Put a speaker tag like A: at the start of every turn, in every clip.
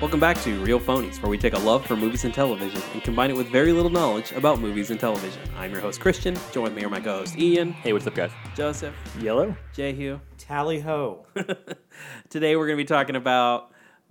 A: Welcome back to Real Phonies, where we take a love for movies and television and combine it with very little knowledge about movies and television. I'm your host, Christian. Join me are my co host, Ian,
B: Hey, what's up, guys?
A: Joseph,
B: Yellow?
A: Jehu.
C: Tally ho.
A: Today we're going to be talking about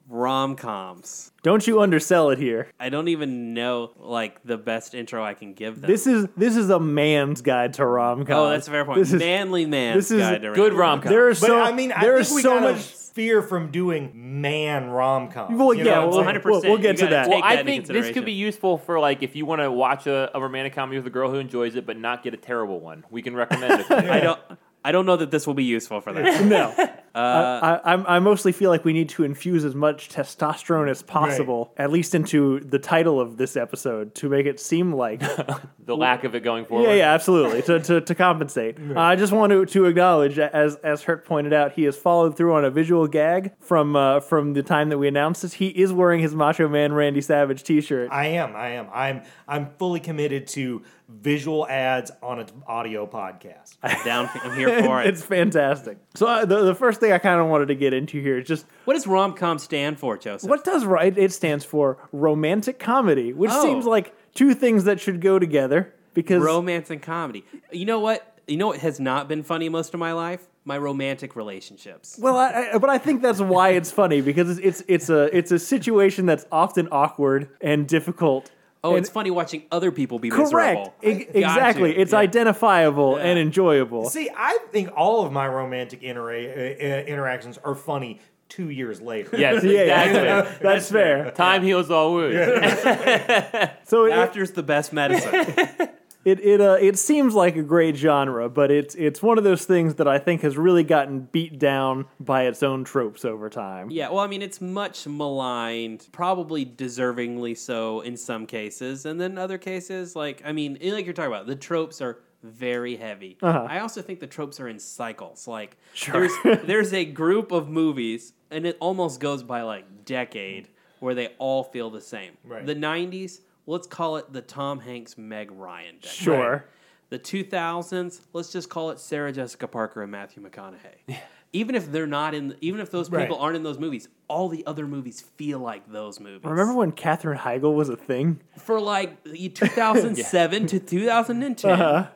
A: rom coms.
B: Don't you undersell it here.
A: I don't even know like the best intro I can give them.
D: This is this is a man's guide to rom com.
A: oh, that's a fair point.
D: This is
A: Manly man.
D: this is
A: guide to
B: Good
A: rom-com.
B: rom com.
D: there is
C: But
D: so
C: I mean, I
D: there
C: think
D: is
C: we
D: so
C: got
D: much.
C: much fear from doing man rom com.
D: Well, yeah,
A: well,
D: we'll, we'll-
A: 100%.
D: we'll get
A: You
D: to
A: gotta
D: that.
A: take
B: Well, I
A: that into
B: think this could be
A: consideration.
B: useful for like if you want to watch a, a romantic comedy with a girl who enjoys it, but not get a terrible one. We can recommend it.
A: I don't. I don't know that this will be useful for that.
D: no,
A: Uh,
D: I, I, I'm- I mostly feel like we need to infuse as much testosterone as possible, at least into the title of this episode, to make it seem like
B: the lack of it going forward.
D: yeah, yeah, absolutely, to, to, to compensate. Uh, I just want to, to acknowledge, as as Hurt pointed out, he has followed through on a visual gag from uh, from the time that we announced this. He is wearing his Macho Man Randy Savage T-shirt.
C: I am. I am. I'm. I'm fully committed to visual ads on an audio podcast.
D: Oh.
A: I'm down. I'm here for it.
D: it's fantastic. So uh, the, the first thing I kind of wanted to get into here is just
A: what does rom com stand for, Joseph?
D: what does ro- it, it stands for romantic comedy, which
A: Oh.
D: seems like two things that should go together because
A: romance and comedy. You know what? You know what has not been funny most of my life? My romantic relationships.
D: well, I, I, but I think that's why it's funny because it's it's, it's a it's a situation that's often awkward and difficult.
A: Oh,
D: and
A: it's funny watching other people be
D: correct.
A: miserable.
D: E- exactly,
A: Got you.
D: it's
A: Yeah.
D: identifiable and enjoyable.
C: See, I think all of my romantic intera- uh, uh, interactions are funny two years later.
B: Yes,
D: yeah, yeah,
B: exactly.
D: that's, fair.
B: Time heals all wounds.
D: So it,
A: Laughter's the best medicine.
D: It it uh, it seems like a great genre, but it's it's one of those things that I think has really gotten beat down by its own tropes over time.
A: yeah, well, I mean, it's much maligned, probably deservingly so in some cases, and then other cases, like I mean, like you're talking about, the tropes are very heavy. I also think the tropes are in cycles. Like there's there's a group of movies, and it almost goes by like decade where they all feel the same.
C: Right.
A: The '90s, let's call it the Tom Hanks Meg Ryan decade.
D: Sure.
A: The 2000s, let's just call it Sarah Jessica Parker and Matthew McConaughey. Even if they're not in, even if those people
C: Right.
A: aren't in those movies, all the other movies feel like those movies.
D: Remember when Katherine Heigl was a thing?
A: for like 2007 to 2010,
D: Uh-huh.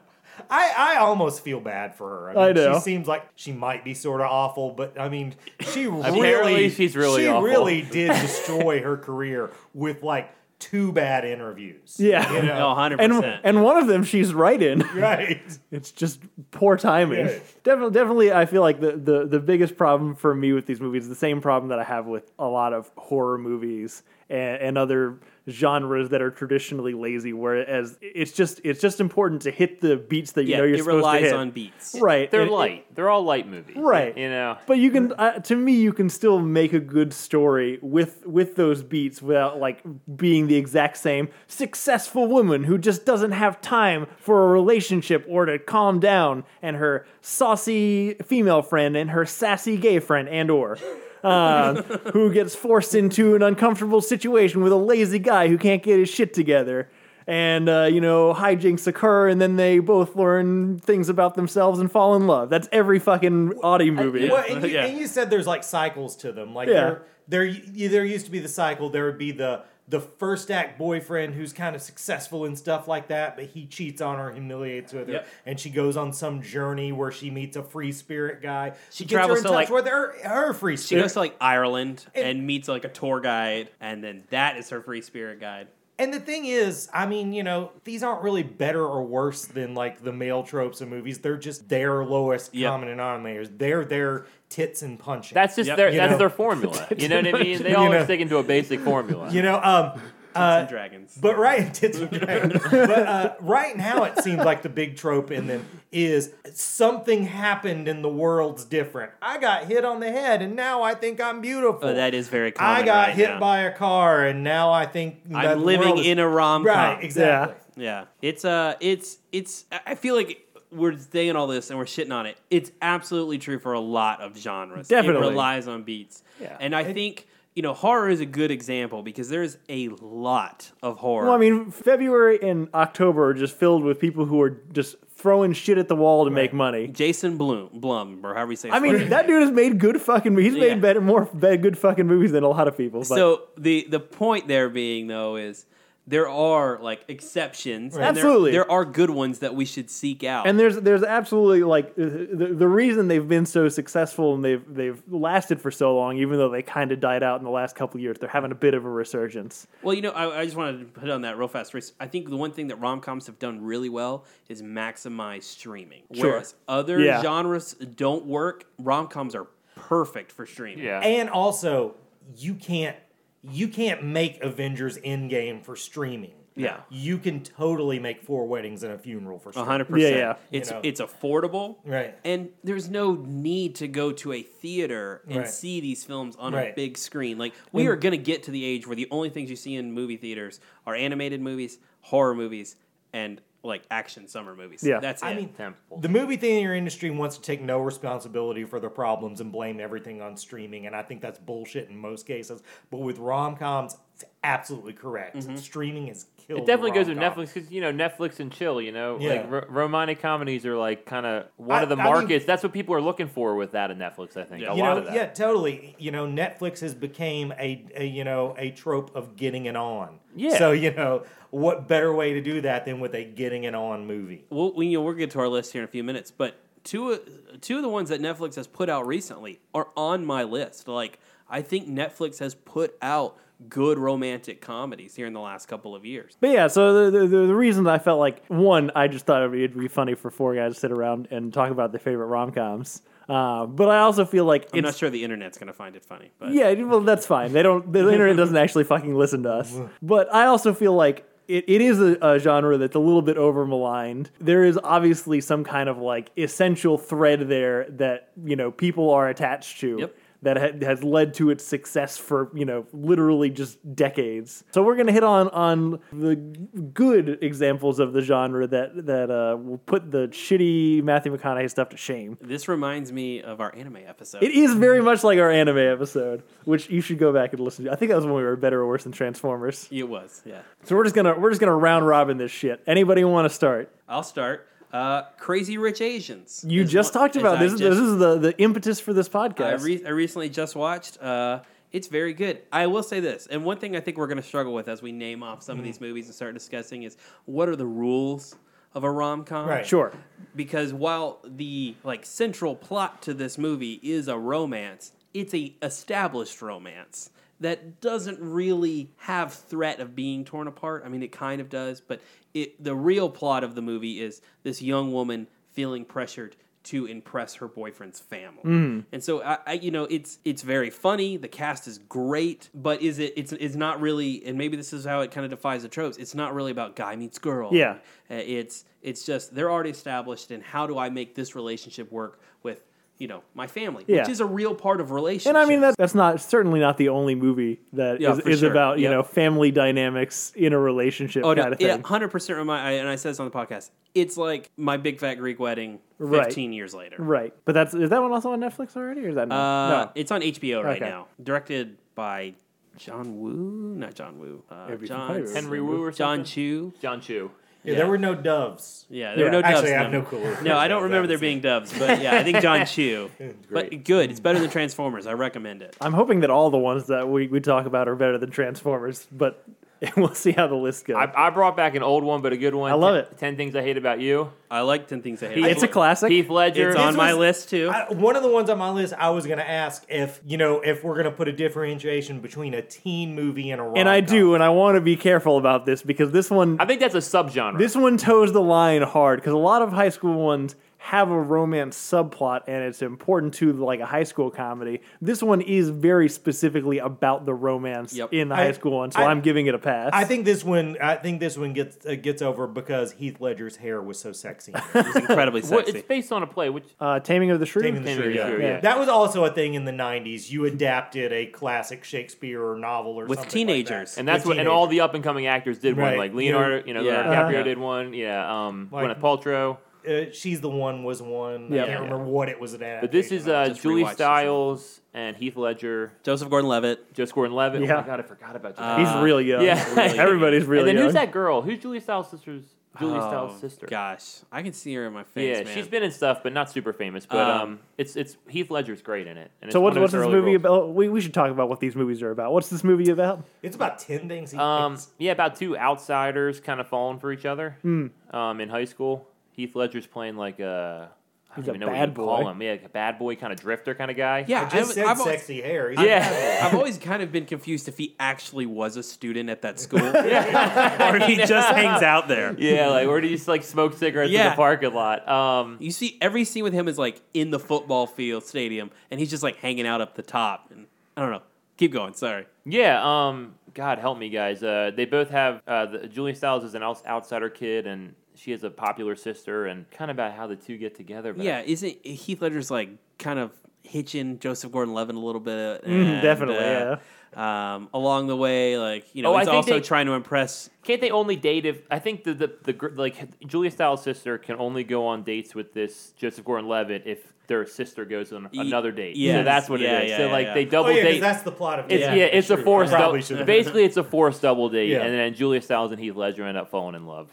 C: I, I almost feel bad for her. I, mean,
D: I know.
C: She seems like she might be sort of awful, but I mean, she
B: Apparently
C: really
B: she's really
C: she
B: awful.
C: really did destroy her career with like two bad interviews.
D: Yeah.
C: you
A: no,
C: know?
A: 100.
D: And
A: percent
D: and one of them she's right in.
C: right.
D: It's just poor timing.
C: Yeah.
D: Definitely, definitely, I feel like the, the, the biggest problem for me with these movies is the same problem that I have with a lot of horror movies and, and other genres that are traditionally lazy. Whereas it's just it's just important to hit the beats that you
A: yeah,
D: know you're
A: it
D: supposed to
A: relies
D: hit.
A: on beats.
D: right.
B: They're
D: and-
B: light. They're all light movies.
D: Right.
B: You know.
D: But you can, uh, to me, you can still make a good story with with those beats without like being the exact same successful woman who just doesn't have time for a relationship or to calm down, and her saucy female friend and her sassy gay friend and or. um, who gets forced into an uncomfortable situation with a lazy guy who can't get his shit together and uh, you know hijinks occur and then they both learn things about themselves and fall in love that's every fucking audi movie
C: Well, and you,
A: Yeah.
C: and you said there's like cycles to them. Like
D: Yeah.
C: there, there, y- there used to be the cycle. There would be the the first act boyfriend who's kind of successful and stuff like that, but he cheats on her, humiliates with her,
A: Yep.
C: and she goes on some journey where she meets a free spirit guy.
A: She
C: gets
A: travels
C: her in
A: to, like-
C: touch with her her free
A: She
C: spirit.
A: goes to like Ireland and meets like a tour guide, and then that is her free spirit guide.
C: And the thing is, I mean, you know, these aren't really better or worse than like the male tropes of movies. They're just their lowest
A: Yep.
C: common denominators. They're their tits and punching.
B: That's just
A: Yep.
B: their
C: You
B: that's
C: know.
B: their formula. You know what I mean? They
C: You
B: always
C: know.
B: stick into a basic formula.
C: you know, um, uh,
A: and dragons.
C: But right, tits and dragons. but uh, right now, it seems like the big trope in them is something happened and the world's different. I got hit on the head and now I think I'm beautiful.
A: Oh, that is very common.
C: I got
A: right
C: hit
A: now.
C: by a car and now I think that
A: I'm
C: the
A: living
C: world is-
A: in a rom com.
C: right. Exactly.
A: Yeah, it's uh, it's it's. I I feel like we're saying all this and we're shitting on it. It's absolutely true for a lot of genres.
D: Definitely.
A: it relies on beats.
B: Yeah.
A: and I think you know, horror is a good example because there's a lot of horror.
D: Well, I mean, February and October are just filled with people who are just throwing shit at the wall to make money.
A: Jason Blum, Blum, or however you say. his
D: I mean,
A: last
D: that dude has made good fucking movies. He's
A: Yeah.
D: made better, more better, good fucking movies than a lot of people. But
A: so the the point there being though is there are like exceptions. and there-
D: Absolutely.
A: there, are good ones that we should seek out.
D: And there's there's absolutely like the, the reason they've been so successful and they've they've lasted for so long, even though they kind of died out in the last couple of years, they're having a bit of a resurgence.
A: well, you know, I, I just wanted to put on that real fast. Reese. I think the one thing that rom coms have done really well is maximize streaming.
D: Sure.
A: Whereas other
D: Yeah.
A: genres don't work, rom coms are perfect for streaming.
B: Yeah.
C: And also, you can't you can't make Avengers Endgame for streaming.
A: Yeah.
C: You can totally make four weddings and a funeral for
A: A
C: streaming.
A: hundred percent.
D: Yeah, yeah.
A: It's
C: You know.
A: it's affordable,
C: Right.
A: And there's no need to go to a theater and
C: Right.
A: see these films on a
C: Right.
A: big screen. Like we are gonna get to the age where the only things you see in movie theaters are animated movies, horror movies, and like action summer movies.
D: Yeah.
A: that's it.
C: I mean,
B: Temple.
C: the movie theater industry wants to take no responsibility for their problems and blame everything on streaming, and I think that's bullshit in most cases. But with rom coms, it's absolutely correct. Streaming is killed.
B: It definitely goes with
C: rom-com.
B: Netflix because you know Netflix and chill. You know,
C: Yeah.
B: like ro- romantic comedies are like kind of one
C: I-
B: of the
C: I mean-
B: markets. That's what people are looking for with that in Netflix. I think
A: Yeah.
B: a
C: you
B: lot
C: know,
B: of that.
C: yeah, totally. You know, Netflix has became a, a you know a trope of getting it on.
B: Yeah.
C: So you know, what better way to do that than with a getting it on movie?
A: we'll, we, you know, we'll get to our list here in a few minutes, but two uh, two of the ones that Netflix has put out recently are on my list. Like I think Netflix has put out good romantic comedies here in the last couple of years.
D: But yeah, so the, the, the reason I felt like one, I just thought it would be funny for four guys to sit around and talk about their favorite rom coms. Uh, but I also feel like
A: I'm
D: it's
A: not sure the internet's gonna find it funny, but
D: Yeah, well, that's fine. They don't. The internet doesn't actually fucking listen to us. But I also feel like it, it is a, a genre that's a little bit over maligned. There is obviously some kind of like essential thread there that you know people are attached to.
A: Yep.
D: That ha- has led to its success for you know literally just decades. So we're gonna hit on on the good examples of the genre that that uh, will put the shitty Matthew McConaughey stuff to shame.
A: This reminds me of our anime episode.
D: It is very much like our anime episode, which you should go back and listen to. I think that was when we were better or worse than Transformers.
A: It was, yeah.
D: So we're just gonna we're just gonna round robin this shit. Anybody want to start?
A: I'll start. Uh, Crazy Rich Asians.
D: You
A: is
D: just
A: one-
D: talked
A: is
D: about
A: I
D: this. is
A: just-
D: this is the the impetus for this
A: I,
D: podcast.
A: re- I recently just watched. Uh, it's very good. I will say this, and one thing I think we're going to struggle with as we name off some of these movies and start discussing is what are the rules of a rom com?
C: Right.
D: sure.
A: Because while the like central plot to this movie is a romance, it's a established romance that doesn't really have threat of being torn apart. I mean, it kind of does, but it the real plot of the movie is this young woman feeling pressured to impress her boyfriend's family. And so I, I you know it's it's very funny. The cast is great, but is it it's it's not really and maybe this is how it kind of defies the tropes. It's not really about guy meets girl.
D: Yeah.
A: Uh, It's it's just they're already established and how do I make this relationship work with you know my family, which
D: Yeah.
A: is a real part of relationships.
D: And I mean that that's not certainly not the only movie that is
A: Yeah, for
D: is
A: sure.
D: about you
A: Yep.
D: know family dynamics in a relationship
A: Oh,
D: kind
A: no,
D: of thing.
A: it 100% remind, I- and I said this on the podcast. It's like my big fat Greek wedding 15
D: Right.
A: years later.
D: Right. But that's is that one also on Netflix already or is that
A: Uh,
D: no?
A: It's on HBO right
D: Okay.
A: now. Directed by John Woo, not John Woo. Uh,
D: Everything
A: John
D: Fire.
B: Henry Wu or
A: John
B: something.
A: Chu.
B: John Chu.
C: Yeah,
A: Yeah.
C: There were no doves.
A: Yeah, there
D: Yeah.
A: were no
C: Actually,
A: dubs.
C: I have
A: no.
C: no clue. if
A: No, I
C: dubs.
A: don't remember there
C: haven't seen
A: being
C: it.
A: dubs, but yeah, I think John Chu. but
C: great.
A: good. It's better than Transformers. I recommend it.
D: I'm hoping that all the ones that we, we talk about are better than Transformers, but we'll see how the list goes.
B: I, I brought back an old one, but a good one.
D: I love
B: Ten-
D: it.
B: Ten things I hate about you.
A: I like 10 Things I Hate.
B: Heath
D: it's a
A: About
D: classic.
B: Heath Ledger.
A: It's on my
C: was-
A: list too.
C: I, one of the ones on my list, I was going to ask if you know if we're going to put a differentiation between a teen movie and a rom
D: and I do, and I want to be careful about this because this one
B: I think that's a subgenre.
D: this one toes the line hard because a lot of high school ones have a romance subplot and it's important to like a high school comedy. This one is very specifically about the romance
A: Yep.
D: in the
C: I-
D: high school one, so I,
C: I-
D: am giving it a pass.
C: I think this one. I think this one gets uh, gets over because Heath Ledger's hair was so sexy.
A: It's incredibly
B: Well,
A: sexy.
B: it's based on a play, which
D: uh, Taming of the Shrew.
C: Taming of the
B: Taming of
C: Shrew,
B: the
C: yeah.
B: Shrew,
D: yeah.
B: yeah.
C: That was also a thing in the '90s. You adapted a classic Shakespeare or novel or
A: With
C: something like that.
A: teenagers.
B: and that's
C: With
B: what and all the up and coming actors did one,
C: Right.
B: like Leonardo, you know,
A: Yeah.
B: Leonardo DiCaprio
A: Uh-huh.
B: did one, yeah, um,
C: Like-
B: Gwyneth Paltrow.
C: uh, she's the one was one.
D: Yeah.
C: I can't
D: Yeah.
C: remember what it was an
B: But this is uh,
A: Just
B: Julie
A: rewatched this
B: Stiles and Heath Ledger,
A: Joseph Gordon-Levitt.
B: Joseph Gordon-Levitt. Oh
D: Yeah.
B: my god, I forgot about Joseph.
D: He's
A: Uh,
D: really young.
B: yeah. Really
D: everybody's really
B: and then
D: young.
B: who's that girl? Who's Julie Stiles' sister's? Julie
A: Oh,
B: Stiles' sister.
A: Gosh, I can see her in my face.
B: yeah,
A: man.
B: she's been in stuff, but not super famous. But um,
A: Um,
B: it's it's Heath Ledger's great in it. And
D: So
B: it's
D: what,
B: one of
D: what's
B: his
D: this
B: early
D: movie
B: roles.
D: about? We, we should talk about what these movies are about. What's this movie about?
C: It's about ten things. He
B: Um,
C: thinks.
B: yeah, about two outsiders kind of falling for each other.
D: Hmm.
B: Um, in high school, Heath Ledger's playing like a. I don't
D: He's a
B: even know what
D: bad
B: you call
D: boy.
B: him. Yeah, like a bad boy kind of drifter kind of guy.
A: yeah.
C: I just
A: I've-
C: said
A: I've always-
C: sexy hair. Oh, He's
B: Yeah.
A: I've always kind of been confused if he actually was a student at that school, or if he just hangs out there.
B: yeah, like where do you just like smoke cigarettes in
A: Yeah.
B: the parking lot? Um,
A: You see, every scene with him is like in the football field stadium, and he's just like hanging out up the top. And I don't know. Keep going. Sorry.
B: yeah. Um, God help me, guys. Uh, they both have. Uh, the, Julie Stiles is an outs- outsider kid, and she has a popular sister, and kind of about how the two get together. But
A: Yeah, isn't Heath Ledger's like kind of hitching Joseph Gordon-Levitt a little bit? and,
D: definitely,
A: yeah. Um, along the way, like you know,
B: Oh, I
A: he's
B: think
A: also
B: they-
A: trying to impress.
B: Can't they only date if I think the the, the gr- like Julia Stiles' sister can only go on dates with this Joseph Gordon-Levitt if their sister goes on
A: Ye-
B: another date. So
A: yes.
B: that's what
A: Yeah,
B: it is.
A: yeah,
B: so
A: yeah,
B: like
A: yeah.
B: they
C: Oh
B: double
C: yeah, 'cause
B: date.
C: that's the plot of it.
B: It's, yeah, it's a
C: true.
B: forced.
C: I
B: Double,
C: probably should've-
B: basically, it's a forced double date,
C: Yeah.
B: and then Julia Stiles and Heath Ledger end up falling in love,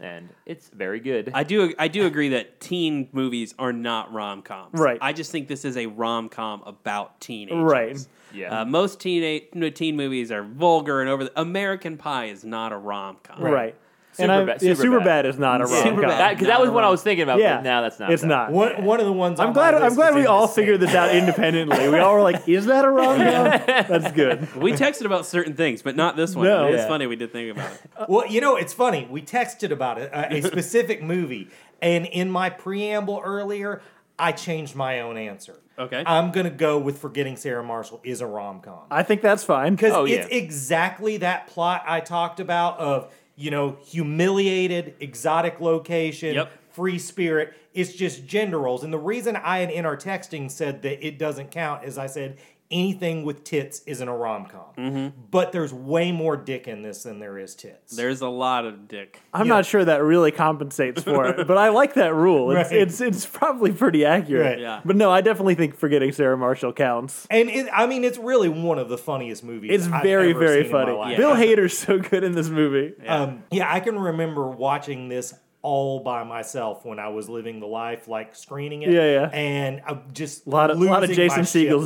B: and it's very good.
A: I do. I do agree that teen movies are not rom coms.
D: Right.
A: I just think this is a rom com about teenagers.
D: Right.
B: Yeah.
A: Uh, most teen uh, teen movies are vulgar and over. The, American Pie is not a rom com.
D: Right. And
B: Superbad-
D: I, yeah,
B: Superbad.
D: Superbad is not a
A: Superbad.
D: rom com.
B: that because that was what I was thinking about.
D: Yeah,
B: but now that's not.
D: It's
B: that.
D: not.
C: One, one of the ones
D: I'm
C: on
D: glad.
C: my
D: I'm
C: list
D: glad
C: is
D: we
C: in
D: all
C: same-
D: figured this out independently. We all were like, "Is that a rom com?" That's good.
A: We texted about certain things, but not this one.
D: No.
A: It's
D: Yeah.
A: funty funny we did think about it.
C: Well, you know, it's funny. We texted about it, uh, a specific movie, and in my preamble earlier, I changed my own answer.
A: Okay.
C: I'm gonna go with "Forgetting Sarah Marshall" is a rom com.
D: I think that's fine.
C: because
B: Oh,
C: it's
B: yeah.
C: exactly that plot I talked about of you know humiliated exotic location
A: Yep.
C: free spirit it's just gender roles and the reason I had in our texting said that it doesn't count is I said anything with tits isn't a rom-com but there's way more dick in this than there is tits
A: There's a lot of dick.
D: I'm not sure that really compensates for it, but I like that rule. It's
C: Right.
D: it's, it's probably pretty accurate.
C: Right.
A: Yeah.
D: But no, I definitely think forgetting Sarah Marshall counts.
C: and it, I mean it's really one of the funniest movies
D: It's
C: I've
D: very
C: ever
D: very
C: seen in my
D: funny.
C: life.
D: Bill Hader's so good in this movie.
C: Um, yeah, I can remember watching this all by myself when I was living the life, like screening it.
D: Yeah, yeah.
C: And I'm just a
D: Lot of- lot of Jason Segel's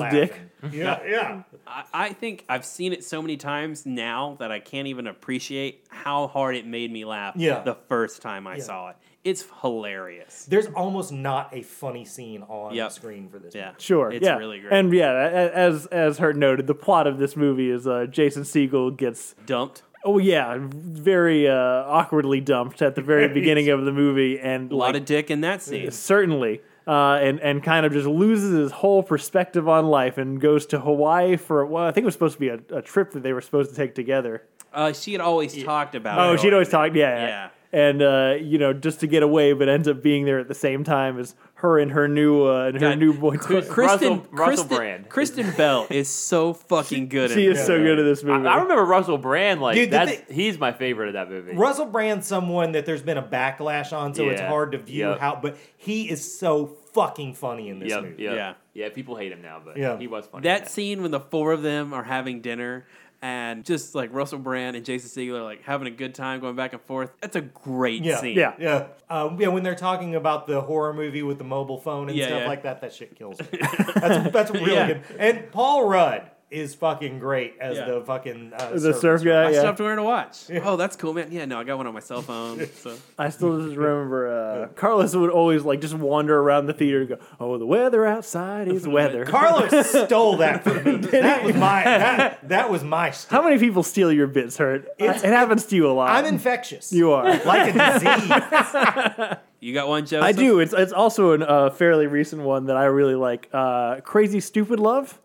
C: Yeah, yeah.
A: I, I think I've seen it so many times now that I can't even appreciate how hard it made me laugh
C: Yeah.
A: the first time I saw it. It's hilarious.
C: There's almost not a funny scene on
A: Yep.
C: screen for this.
A: Yeah.
C: movie.
D: Sure.
A: It's
D: yeah.
A: really great.
D: And yeah, a- a- as as Hurt noted, the plot of this movie is uh, Jason Siegel gets
A: Dumped.
D: oh yeah, very uh, awkwardly dumped at the very beginning of the movie, and
A: A lot of dick in that scene.
D: certainly. Uh, and and kind of just loses his whole perspective on life and goes to Hawaii for well I think it was supposed to be a, a trip that they were supposed to take together.
A: Uh, she had always talked about
D: Oh,
A: it.
D: she'd always talk yeah,
A: Yeah.
D: yeah. And uh, you know just to get away, but ends up being there at the same time as her and her new uh, and her
A: God,
D: new boy.
A: Cr- Kristen,
B: Russell- Russell
A: Kristen,
B: Brand.
A: Kristen Bell is so fucking good.
D: she
A: in
D: is
A: this.
D: so good at this
B: I,
D: movie.
B: I remember Russell Brand like
C: Dude, the
B: that's
C: thi-
B: he's my favorite of that movie.
C: Russell Brand's someone that there's been a backlash on, so it's
B: Yeah.
C: hard to view
B: Yep.
C: how. But he is so fucking funny in this
B: Yep,
C: movie.
B: yep.
A: Yeah.
B: yeah. People hate him now, but
C: Yeah.
B: he was funny.
A: That scene when the four of them are having dinner and just like Russell Brand and Jason Segel are like having a good time going back and forth. That's a great
C: Yeah,
A: scene.
D: yeah.
C: Yeah, uh, yeah. When they're talking about the horror movie with the mobile phone and
A: Yeah,
C: stuff
A: yeah.
C: like that, that shit kills me. that's that's really
A: Yeah.
C: good. And Paul Rudd is fucking great as
A: Yeah.
C: the fucking uh,
D: the surf guy.
A: I
D: yeah.
A: still have to wear to watch. Oh, that's cool, man. Yeah, no, I got one on my cell phone. So
D: I still just remember uh, Carlos would always like just wander around the theater and go, "Oh, the weather outside is weather."
C: Carlos stole that from me. That was my that, that was my. St-
D: How many people steal your bits, Hurt? It happens to you a lot.
C: I'm infectious.
D: you are.
C: like a disease.
A: you got one, Joseph?
D: I do. It's it's also a uh, fairly recent one that I really like. Uh, Crazy Stupid Love.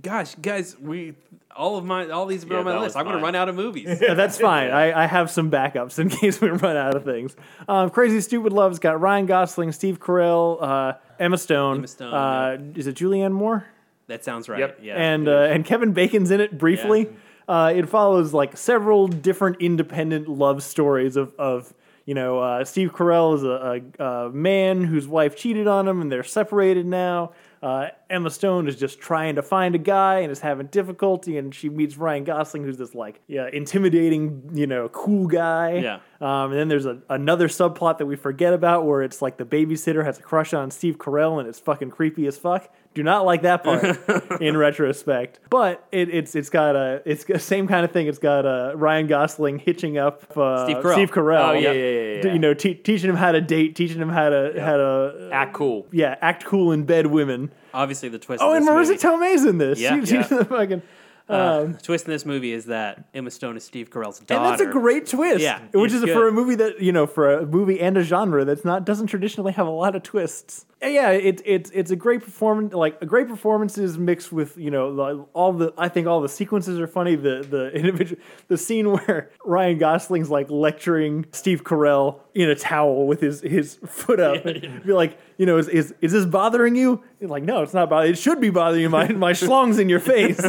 A: Gosh, guys, we all of my all these have been
B: Yeah,
A: on my
B: that
A: list.
B: was
A: I'm gonna
B: mine.
A: run out of movies.
D: Uh, That's fine. I, I have some backups in case we run out of things. Um, Crazy Stupid Love's got Ryan Gosling, Steve Carell, uh, Emma Stone.
A: Emma Stone,
D: Uh, Is it Julianne Moore?
A: that sounds right.
B: Yep.
A: Yeah.
D: and uh, and Kevin Bacon's in it briefly. Uh, it follows like several different independent love stories of of you know, uh, Steve Carell is a, a, a man whose wife cheated on him and they're separated now. Uh, Emma Stone is just trying to find a guy and is having difficulty, and she meets Ryan Gosling, who's this like yeah, intimidating, you know, cool guy.
A: Yeah.
D: Um, and then there's a, another subplot that we forget about where it's like the babysitter has a crush on Steve Carell and it's fucking creepy as fuck. Do not like that part in retrospect, but it, it's it's got a it's the same kind of thing. It's got uh, Ryan Gosling hitching up uh,
A: Steve Carell.
D: Carell.
B: Oh, yeah, yeah, yeah, yeah.
D: You know, te- teaching him how to date, teaching him how to how to
B: Act cool.
D: yeah, act cool in bed, women.
A: Obviously, the twist.
D: Oh,
A: in
D: and
A: this
D: Marissa
A: movie,
D: Tomei's in this.
A: Yeah,
D: She- she's
A: yeah.
D: the fucking.
A: the twist in this movie is that Emma Stone is Steve Carell's daughter.
D: And that's a great twist.
A: Yeah,
D: which
A: it's
D: is
A: good.
D: for a movie that you know, for a movie and a genre that's not doesn't traditionally have a lot of twists. And yeah, it's it's it's a great performance. Like a great performances mixed with you know the, all the I think all the sequences are funny. The the individual the scene where Ryan Gosling's like lecturing Steve Carell in a towel with his his foot up, and be like, you know, is is is this bothering you? He's like, no, it's not bothering. It should be bothering you. My my schlong's in your face.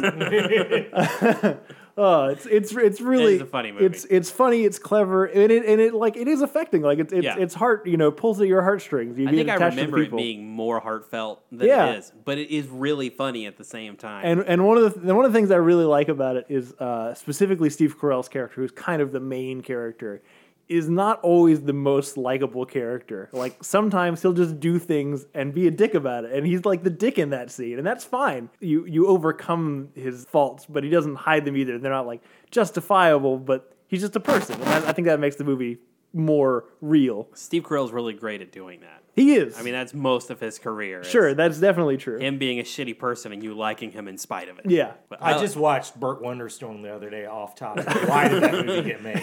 D: Oh, it's it's it's really
A: a funny movie.
D: It's it's funny, it's clever, and it and it like it is affecting. Like it's it's,
A: Yeah.
D: it's heart, you know, pulls at your heartstrings. You
A: I
D: get
A: think I
D: attached
A: remember
D: to
A: it
D: people.
A: being more heartfelt than
D: Yeah.
A: it is, but it is really funny at the same time.
D: And and one of the and one of the things I really like about it is uh, specifically Steve Carell's character, who's kind of the main character, is not always the most likable character. Like sometimes he'll just do things and be a dick about it, and he's like the dick in that scene, and that's fine. You you overcome his faults, but he doesn't hide them either. They're not like justifiable, but he's just a person, and I, I think that makes the movie more real.
A: Steve Carell's really great at doing that.
D: He is.
A: I mean, that's most of his career. is
D: sure, that's definitely true.
A: him being a shitty person and you liking him in spite of it.
D: yeah.
A: But
C: I just watched Burt Wonderstone the other day off topic. Why did that movie get made?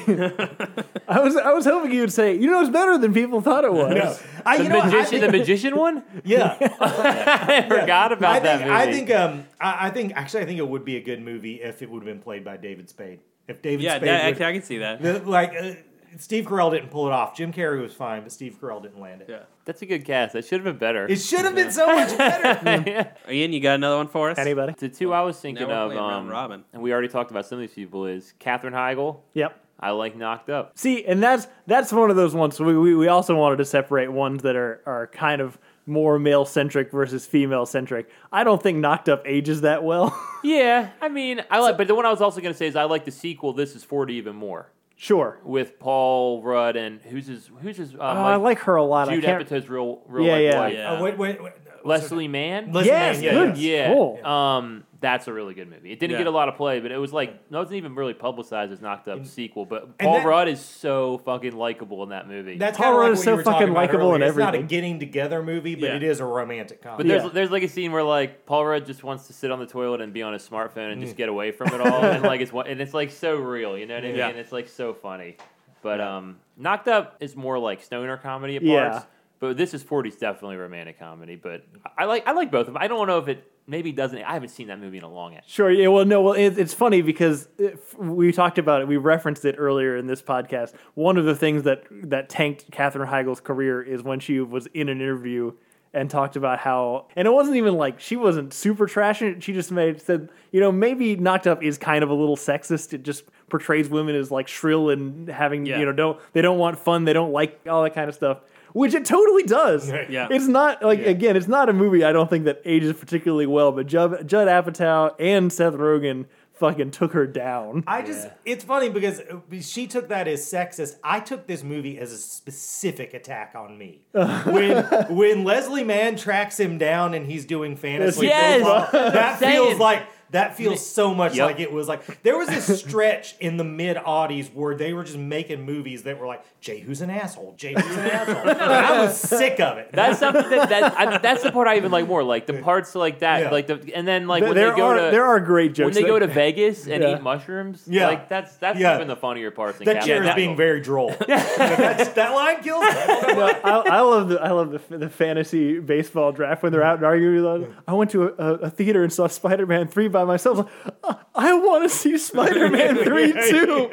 D: I was I was hoping you would say, you know, it's better than people thought it was.
C: No. Uh, I, you
B: The
C: know, I
B: magician, the
C: think-
B: magician one.
C: yeah.
B: I forgot about
C: I
B: that
C: think,
B: movie.
C: I think, um, I, I think, actually, I think it would be a good movie if it would have been played by David Spade. If David
A: yeah,
C: Spade,
A: that,
C: would-
A: I, I can see that.
C: the- like uh, Steve Carell didn't pull it off. Jim Carrey was fine, but Steve Carell didn't land it.
A: Yeah.
B: that's a good cast. That should have been better.
C: It should have been so much better.
A: Ian, you got another one for us?
D: Anybody?
B: the two I was thinking
A: we're
B: of,
A: playing round
B: um,
A: robin.
B: and we already talked about some of these people. Is Katherine Heigl?
D: Yep.
B: I like Knocked Up.
D: See, and that's that's one of those ones. So we, we, we also wanted to separate ones that are are kind of more male centric versus female centric. I don't think Knocked Up ages that well.
B: Yeah, I mean, I like. but the one I was also going to say is I like the sequel. This is forty even more
D: sure.
B: with Paul Rudd and who's his who's his. Um,
C: Oh,
D: Uh, I like her a lot.
B: Jude
D: I can't,
B: Apatow's real real
D: Yeah,
B: life
D: yeah.
B: wife.
A: Yeah.
C: Uh, wait, wait, wait.
B: Leslie Mann.
C: Leslie
D: Yes,
C: Mann, yeah,
D: good.
C: yeah.
B: yeah,
D: Cool.
B: um, that's a really good movie. It didn't
A: Yeah.
B: get a lot of play, but it was like it wasn't even really publicized as knocked up sequel. But
C: and
B: Paul
C: that-
B: Rudd is so fucking likable in that movie.
C: That's
D: Paul
C: kind of
D: Rudd
C: like
D: is
C: what
D: so
C: you were talking
D: fucking
C: about
D: likable
C: earlier.
D: in
C: It's not a
D: everything.
C: getting together movie, but
A: Yeah.
C: it is a romantic comedy.
B: but there's
D: Yeah.
B: there's like a scene where like Paul Rudd just wants to sit on the toilet and be on his smartphone and just get away from it all, and like it's one- and it's like so real, you know what I mean?
A: Yeah.
B: And it's like so funny. But um, Knocked Up is more like stoner comedy at
D: Yeah.
B: parts. But this is 40's definitely romantic comedy. But I like I like both of them. I don't know if it maybe doesn't. I haven't seen that movie in a long time.
D: Sure. Yeah. Well, no. Well, it, it's funny because if we talked about it. We referenced it earlier in this podcast. One of the things that that tanked Katherine Heigl's career is when she was in an interview and talked about how, and it wasn't even like she wasn't super trashing. it. She just made said, you know, maybe Knocked Up is kind of a little sexist. It just portrays women as like shrill and having,
A: Yeah.
D: you know, don't they don't want fun. They don't like all that kind of stuff. Which it totally does.
A: Yeah.
D: It's not like again, it's not a movie I don't think that ages particularly well, but Judd, Judd Apatow and Seth Rogen fucking took her down.
C: I just, it's funny because she took that as sexist. I took this movie as a specific attack on me. when when Leslie Mann tracks him down and he's doing fantasy
B: Yes.
C: football, that
B: Saying.
C: feels like. That feels so much
B: Yep.
C: like it was like there was this stretch in the mid aughties where they were just making movies that were like Jay who's an asshole, Jay who's an asshole. And I was sick of it.
B: That's something that, that I, that's the part I even like more. Like the parts like that,
C: Yeah.
B: like the and then like
D: Th-
B: when
D: there
B: they go
D: are
B: to
D: there are great
B: when
D: jokes.
B: they
D: that-
B: go to Vegas and
D: Yeah.
B: eat mushrooms.
C: Yeah.
B: like that's that's
C: Yeah.
B: even the funnier parts. in
C: that
B: Captain
C: chair is
B: Marvel.
C: being very droll. That's, that line kills me.
D: No, I, I love the I love the, the fantasy baseball draft when they're out and arguing. Like, I went to a, a, a theater and saw Spider Man three by myself. I was like, "Uh, I want to see Spider Man three too.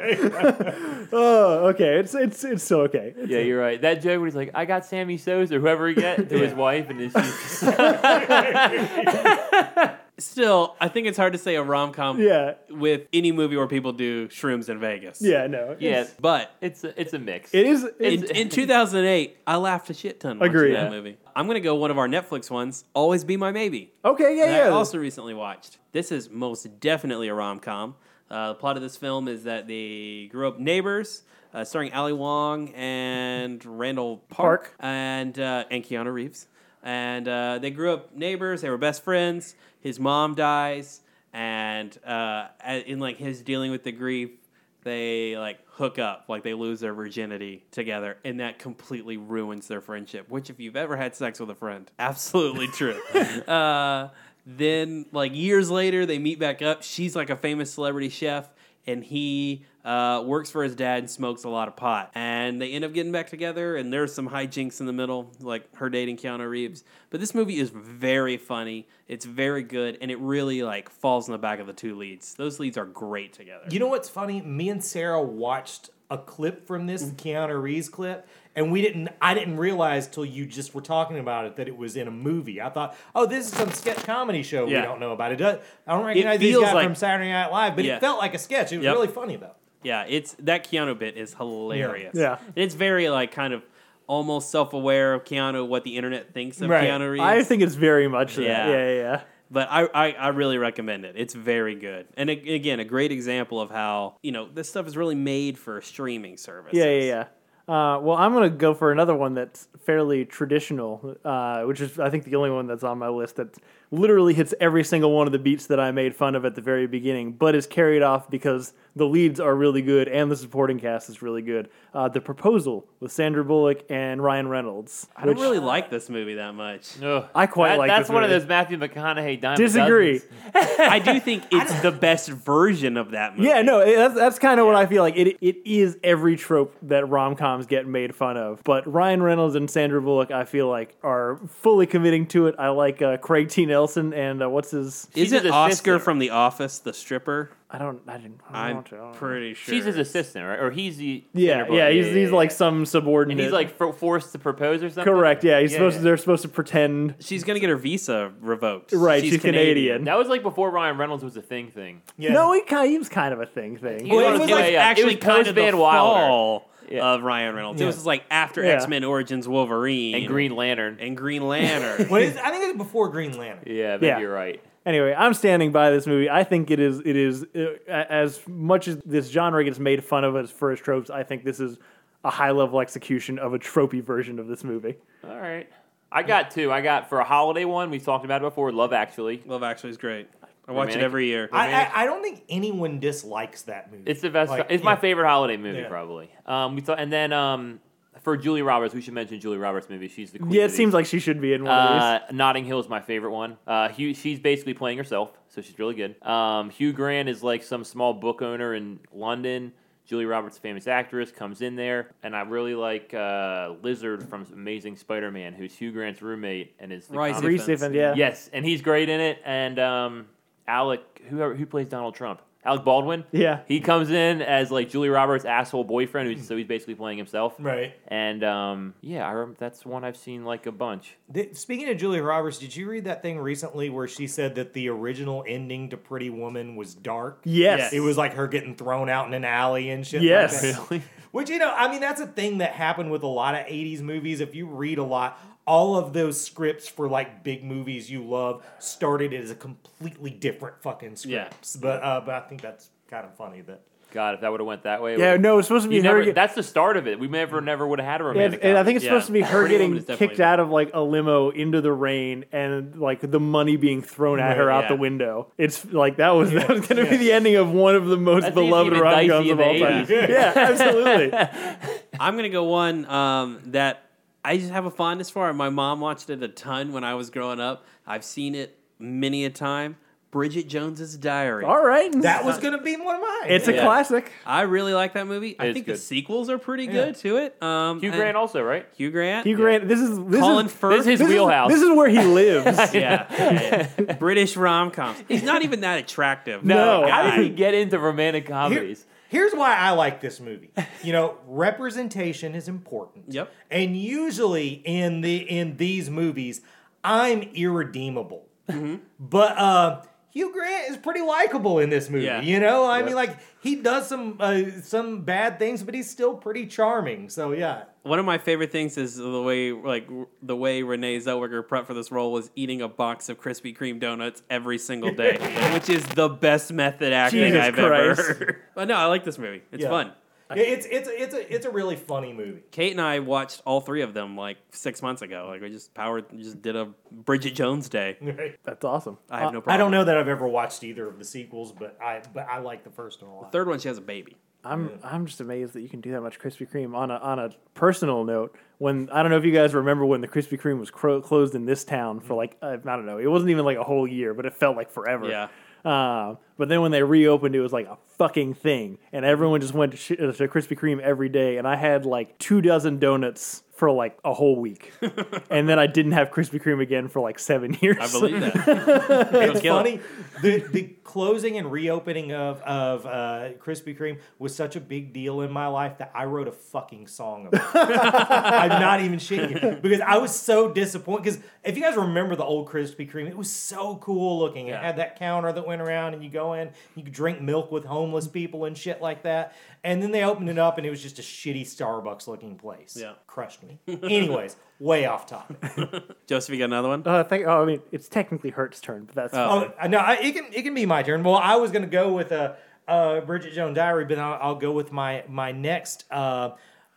D: oh, okay. It's it's it's so okay.
B: Yeah, you're right. That joke where he's like, "I got Sammy Sosa or whoever he get to his wife," and then she's
A: still, I think it's hard to say a rom com
D: Yeah.
A: with any movie where people do shrooms in Vegas.
D: Yeah, no.
B: Yeah,
A: But
B: it's a, it's a mix.
D: It is.
A: in,
D: It's,
A: in 2008, I laughed a shit ton watching
D: Agreed.
A: that
D: Yeah.
A: movie. I'm going to go one of our Netflix ones, Always Be My Maybe.
D: okay, yeah,
A: that
D: yeah.
A: I also recently watched. This is most definitely a rom com. Uh, the plot of this film is that they grew up neighbors, uh, starring Ali Wong and Randall Park,
D: Park.
A: and uh, and Keanu Reeves. And uh, they grew up neighbors. They were best friends. His mom dies, and uh, a- in like his dealing with the grief, they like hook up, like they lose their virginity together, and that completely ruins their friendship. Which, if you've ever had sex with a friend, absolutely true. uh, then, like years later, they meet back up. She's like a famous celebrity chef, and he uh, works for his dad and smokes a lot of pot. And they end up getting back together, and there's some hijinks in the middle, like her dating Keanu Reeves. But this movie is very funny. It's very good, and it really like falls in the back of the two leads. Those leads are great together.
C: You know what's funny? Me and Sarah watched a clip from this
A: Mm.
C: Keanu Reeves clip, and we didn't. I didn't realize till you just were talking about it that it was in a movie. I thought, oh, this is some sketch comedy show
A: Yeah.
C: we don't know about. It does. I don't recognize these
A: feels
C: guys
A: like-
C: from Saturday Night Live, but
A: Yeah.
C: it felt like a sketch. It was
A: Yep.
C: really funny though.
A: Yeah, it's that Keanu bit is hilarious.
D: Yeah. Yeah.
A: It's very like kind of almost self-aware of Keanu, what the internet thinks of
C: Right.
A: Keanu Reeves.
D: I think it's very much that.
A: Yeah.
D: Yeah, yeah, yeah.
A: but I, I, I really recommend it. It's very good. And a, again, a great example of how, you know, this stuff is really made for streaming services.
D: Yeah, yeah, yeah. Uh, well, I'm gonna go for another one that's fairly traditional, uh, which is I think the only one that's on my list that literally hits every single one of the beats that I made fun of at the very beginning, but is carried off because the leads are really good and the supporting cast is really good. Uh, the proposal with Sandra Bullock and Ryan Reynolds.
A: I don't really like this movie that much.
B: Ugh.
D: I quite
B: That-
D: like
B: That's
D: this
B: one of
D: movie.
B: those Matthew McConaughey diamond
D: disagree.
B: dozens.
A: I do think it's the best version of that movie.
D: Yeah, no, it- that's that's kind of what I feel like. It it is every trope that rom coms get made fun of. But Ryan Reynolds and Sandra Bullock, I feel like, are fully committing to it. I like uh, Craig T. Nelson and uh, what's his?
A: Is
B: She's his
A: it Oscar
B: assistant.
A: from The Office, the stripper?
D: I don't. I didn't. I don't
A: I'm
D: want to, I don't know.
A: pretty sure.
B: She's his assistant, right? Or he's the
D: Yeah,
B: Sandra
D: yeah,
B: Bullock.
D: he's he's
B: yeah,
D: like
B: yeah.
D: some subordinate.
B: and he's like for, forced to propose or something.
D: correct. Yeah, he's supposed.
B: yeah.
D: To, they're supposed to pretend.
A: She's going to get her visa revoked.
D: Right, she's Canadian.
B: That was like before Ryan Reynolds was a thing thing.
C: Yeah.
D: No, he, ki- he was kind of a thing thing.
B: He
A: Well, it
B: was
A: was
B: like-
A: like
B: yeah, yeah.
A: actually
B: It was
A: kind of the
B: post-Van Wilder.
A: fall
B: Yeah.
A: of Ryan Reynolds. It
C: Yeah.
A: was like after
D: Yeah.
A: X Men Origins Wolverine
B: And Green Lantern.
A: and Green Lantern.
C: Well, it's- I think it was before Green Lantern.
B: yeah, maybe
D: Yeah.
B: you're right.
D: Anyway, I'm standing by this movie. I think it is it is uh, as much as this genre gets made fun of as for its tropes. I think this is a high level execution of a tropey version of this movie.
B: All right. I got two. I got for a holiday one we talked about it before, Love Actually.
A: Love Actually is great. I watch it
B: Romantic.
A: every year.
C: I, I, I don't think anyone dislikes that movie.
B: It's the best.
C: Like,
B: it's
C: yeah.
B: my favorite holiday movie
C: Yeah.
B: probably. Um, we thought, and then um, for Julie Roberts, we should mention Julie Roberts' movie. She's the queen
D: Yeah,
B: of
D: it
B: these.
D: seems like she should be in one of
B: Uh, Notting Hill is my favorite one. Uh, Hugh, she's basically playing herself, so she's really good. Um, Hugh Grant is like some small book owner in London. Julie Roberts, famous actress, comes in there, and I really like uh, Lizard from Amazing Spider-Man, who's Hugh Grant's roommate and is the
A: Rise
B: comic-
D: these. Reese
A: defense.
D: Ifan, yeah.
B: yes, and he's great in it. And um, Alec, whoever who plays Donald Trump, Alec Baldwin,
D: Yeah.
B: he comes in as like Julie Roberts' asshole boyfriend, who's, so he's basically playing himself.
C: right.
B: And um, yeah, I rem- that's one I've seen like a bunch.
C: Th- Speaking of Julia Roberts, did you read that thing recently where she said that the original ending to Pretty Woman was dark?
D: Yes.
C: It was like her getting thrown out in an alley and shit.
D: Yes.
C: Like that. Which, you know, I mean, that's a thing that happened with a lot of 80s movies. If you read a lot, all of those scripts for like big movies you love started as a completely different fucking
A: Yeah.
C: scripts. But, uh, but I think that's kind of funny that.
B: God, if that would have went that way. it
D: Yeah,
B: would've-
D: no, it's supposed to be
B: you
D: her.
B: never,
D: get-
B: that's the start of it. We never, never would have had a
D: and,
B: romantic.
D: and I think it's
A: Yeah.
D: supposed to be her
A: Pretty Woman
D: getting
A: is definitely
D: kicked
A: that.
D: out of like a limo into the rain and like the money being thrown at
C: Right,
D: her out
A: yeah.
D: the window. It's like that was that was going to
C: yeah.
D: be the ending of one of the most
B: That's
D: beloved
B: even
D: rom
B: dicey
D: coms
B: in
D: of
B: the
D: all time.
B: 80s.
D: Yeah, absolutely.
A: I'm gonna go one um, that I just have a fondness for. My mom watched it a ton when I was growing up. I've seen it many a time. Bridget Jones's Diary.
D: all right,
C: That was going to be one of mine.
D: it's a
A: Yeah.
D: classic.
A: I really like that movie. I
B: It's
A: think the
B: good.
A: sequels are pretty good to it. Um,
B: Hugh
A: and-
B: Grant also, right?
A: Hugh Grant.
D: Hugh Grant. This is this
A: Colin
D: is
A: Firth.
B: This is his
D: this is-
B: wheelhouse.
D: this is where he lives.
A: yeah, yeah, yeah. British rom coms. He's not even that attractive.
D: No.
A: God.
B: How did he get into romantic
C: Here-
B: comedies?
C: here's why I like this movie. You know, representation is important.
A: Yep.
C: And usually
A: Mm-hmm.
C: in the in these movies, I'm irredeemable. But uh, Hugh Grant is pretty likable in this movie.
A: Yeah.
C: You know, I
B: Yeah.
C: mean, like he does some uh, some bad things, but he's still pretty charming. So yeah,
A: One of my favorite things is the way like w- the way Renee Zellweger prepped for this role was eating a box of Krispy Kreme donuts every single day, which is the best method acting
D: Jesus
A: I've
D: Christ.
A: ever heard. But no, I like this movie. It's
C: Yeah.
A: fun.
C: it's it's it's a it's a really funny movie.
A: Kate and I watched all three of them like six months ago. Like we just powered, just did a Bridget Jones day.
D: That's awesome.
A: I have no problem.
C: I don't know that I've ever watched either of the sequels, but I but I like the first one a lot.
A: Third one, she has a baby.
D: I'm I'm just amazed that you can do that much Krispy Kreme. On a on a personal note, when I don't know if you guys remember when the Krispy Kreme was cro- closed in this town for like uh, I don't know, it wasn't even like a whole year, but it felt like forever.
A: Yeah.
D: Um, but then when they reopened, it was like a fucking thing, and everyone just went to, sh- to Krispy Kreme every day. And I had like two dozen donuts for like a whole week, and then I didn't have Krispy Kreme again for like seven years.
A: I believe that.
C: It's
A: kill
C: funny. The the closing and reopening of of uh, Krispy Kreme was such a big deal in my life that I wrote a fucking song about. it. I'm not even shitting you because I was so disappointed. Because if you guys remember the old Krispy Kreme, it was so cool looking. It
A: Yeah.
C: had that counter that went around, and you go in, you could drink milk with homeless people and shit like that. And then they opened it up, and it was just a shitty Starbucks looking place.
A: Yeah.
C: crushed me. Anyways, way off topic.
A: Joseph, you got another one?
D: Uh, thank, oh, I mean, it's technically Hertz turn, but that's
A: Uh,
D: fine.
C: Oh no, I, it can it can be my turn. Well, I was gonna go with a uh, Bridget Joan Diary, but I'll, I'll go with my my next uh,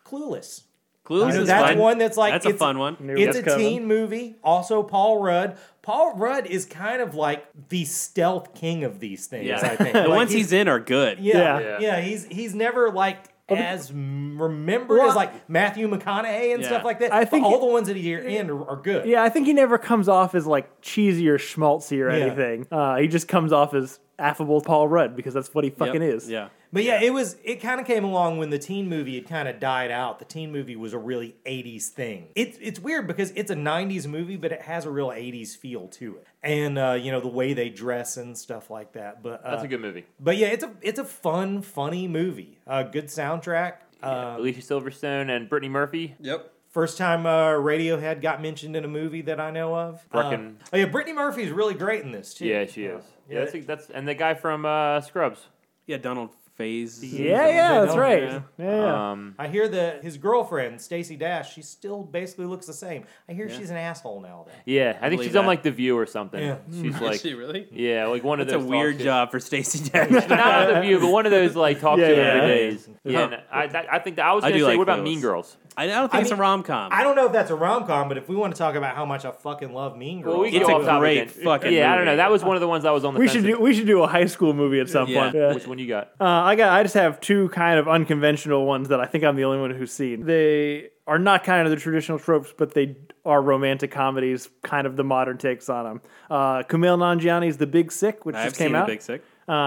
C: Clueless.
A: Clueless
C: You know,
A: is
C: that's
A: fun.
C: one that's like
A: that's a
C: it's-
A: fun one.
D: Knew
C: It's
D: that's
C: a
D: coming.
C: teen movie. Also, Paul Rudd. Paul Rudd is kind of like the stealth king of these things.
A: Yeah,
C: I think
A: the
C: Like,
A: ones he's, in are good.
C: yeah,
D: Yeah.
C: yeah he's he's never like. As m- remembered
D: Well,
C: as like Matthew McConaughey and
A: Yeah.
C: stuff like that.
D: I
C: But
D: think
C: all
D: it-
C: the ones that he are in are, are good.
D: Yeah, I think he never comes off as like cheesy or schmaltzy or
C: Yeah.
D: anything. Uh, he just comes off as affable Paul Rudd because that's what he
A: Yep.
D: fucking is.
A: Yeah.
C: But yeah, it was it kind of came along when the teen movie had kind of died out. The teen movie was a really 80s thing. It's it's weird because it's a 90s movie, but it has a real 80s feel to it. And uh, you know, the way they dress and stuff like that. But uh,
B: That's a good movie.
C: But yeah, it's a it's a fun, funny movie. Uh, good soundtrack. Uh,
B: Alicia Silverstone and Brittany Murphy.
A: Yep.
C: first time uh, Radiohead got mentioned in a movie that I know of.
B: Reckon-
C: Uh, oh yeah, Brittany Murphy's really great in this too.
B: Yeah, she is.
C: Yeah.
B: Yeah, that's, that's and the guy from uh, Scrubs.
A: Yeah, Donald Faze.
D: Yeah, yeah, that's
C: Yeah.
D: right. Yeah.
A: Uh,
D: yeah.
B: Um,
C: I hear that his girlfriend Stacy Dash, she still basically looks the same. I hear she's an asshole nowadays.
B: yeah, I think
A: Believe
B: she's
A: that.
B: on like The View or something.
C: Yeah.
B: She's
A: Hmm.
B: like,
A: really?
B: yeah, like one of
A: That's a
B: those. talk
A: weird
B: shit-
A: job for Stacey Dash.
B: Not on The View, but one of those like talk
D: Yeah,
B: show
D: yeah.
B: every days. Yeah,
A: Huh.
B: and I, that, I think that, I was
A: I
B: gonna
A: do
B: say,
A: like
B: what about
A: those.
B: Mean Girls?
A: I don't think
C: I
A: it's a
C: mean,
A: rom com.
C: I don't know if that's a rom com, but if we want to talk about how much I fucking love Mean Girls,
B: Well, we
C: I
B: can
A: It's
B: go
A: a
B: off topic
A: great
B: again.
A: fucking
B: Yeah, I don't
A: movie.
B: know. That was one of the ones I was on the.
D: We
B: fence
D: should do
B: about.
D: we should do a high school movie at some
A: Yeah.
D: point. Yeah.
B: Which one you got?
D: Uh, I got. I just have two kind of unconventional ones that I think I'm the only one who's seen. They are not kind of the traditional tropes, but they are romantic comedies, kind of the modern takes on them. Uh, Kumail Nanjiani's *The Big Sick*, which
A: I've
D: just
A: seen
D: came
A: The
D: out.
A: Big Sick.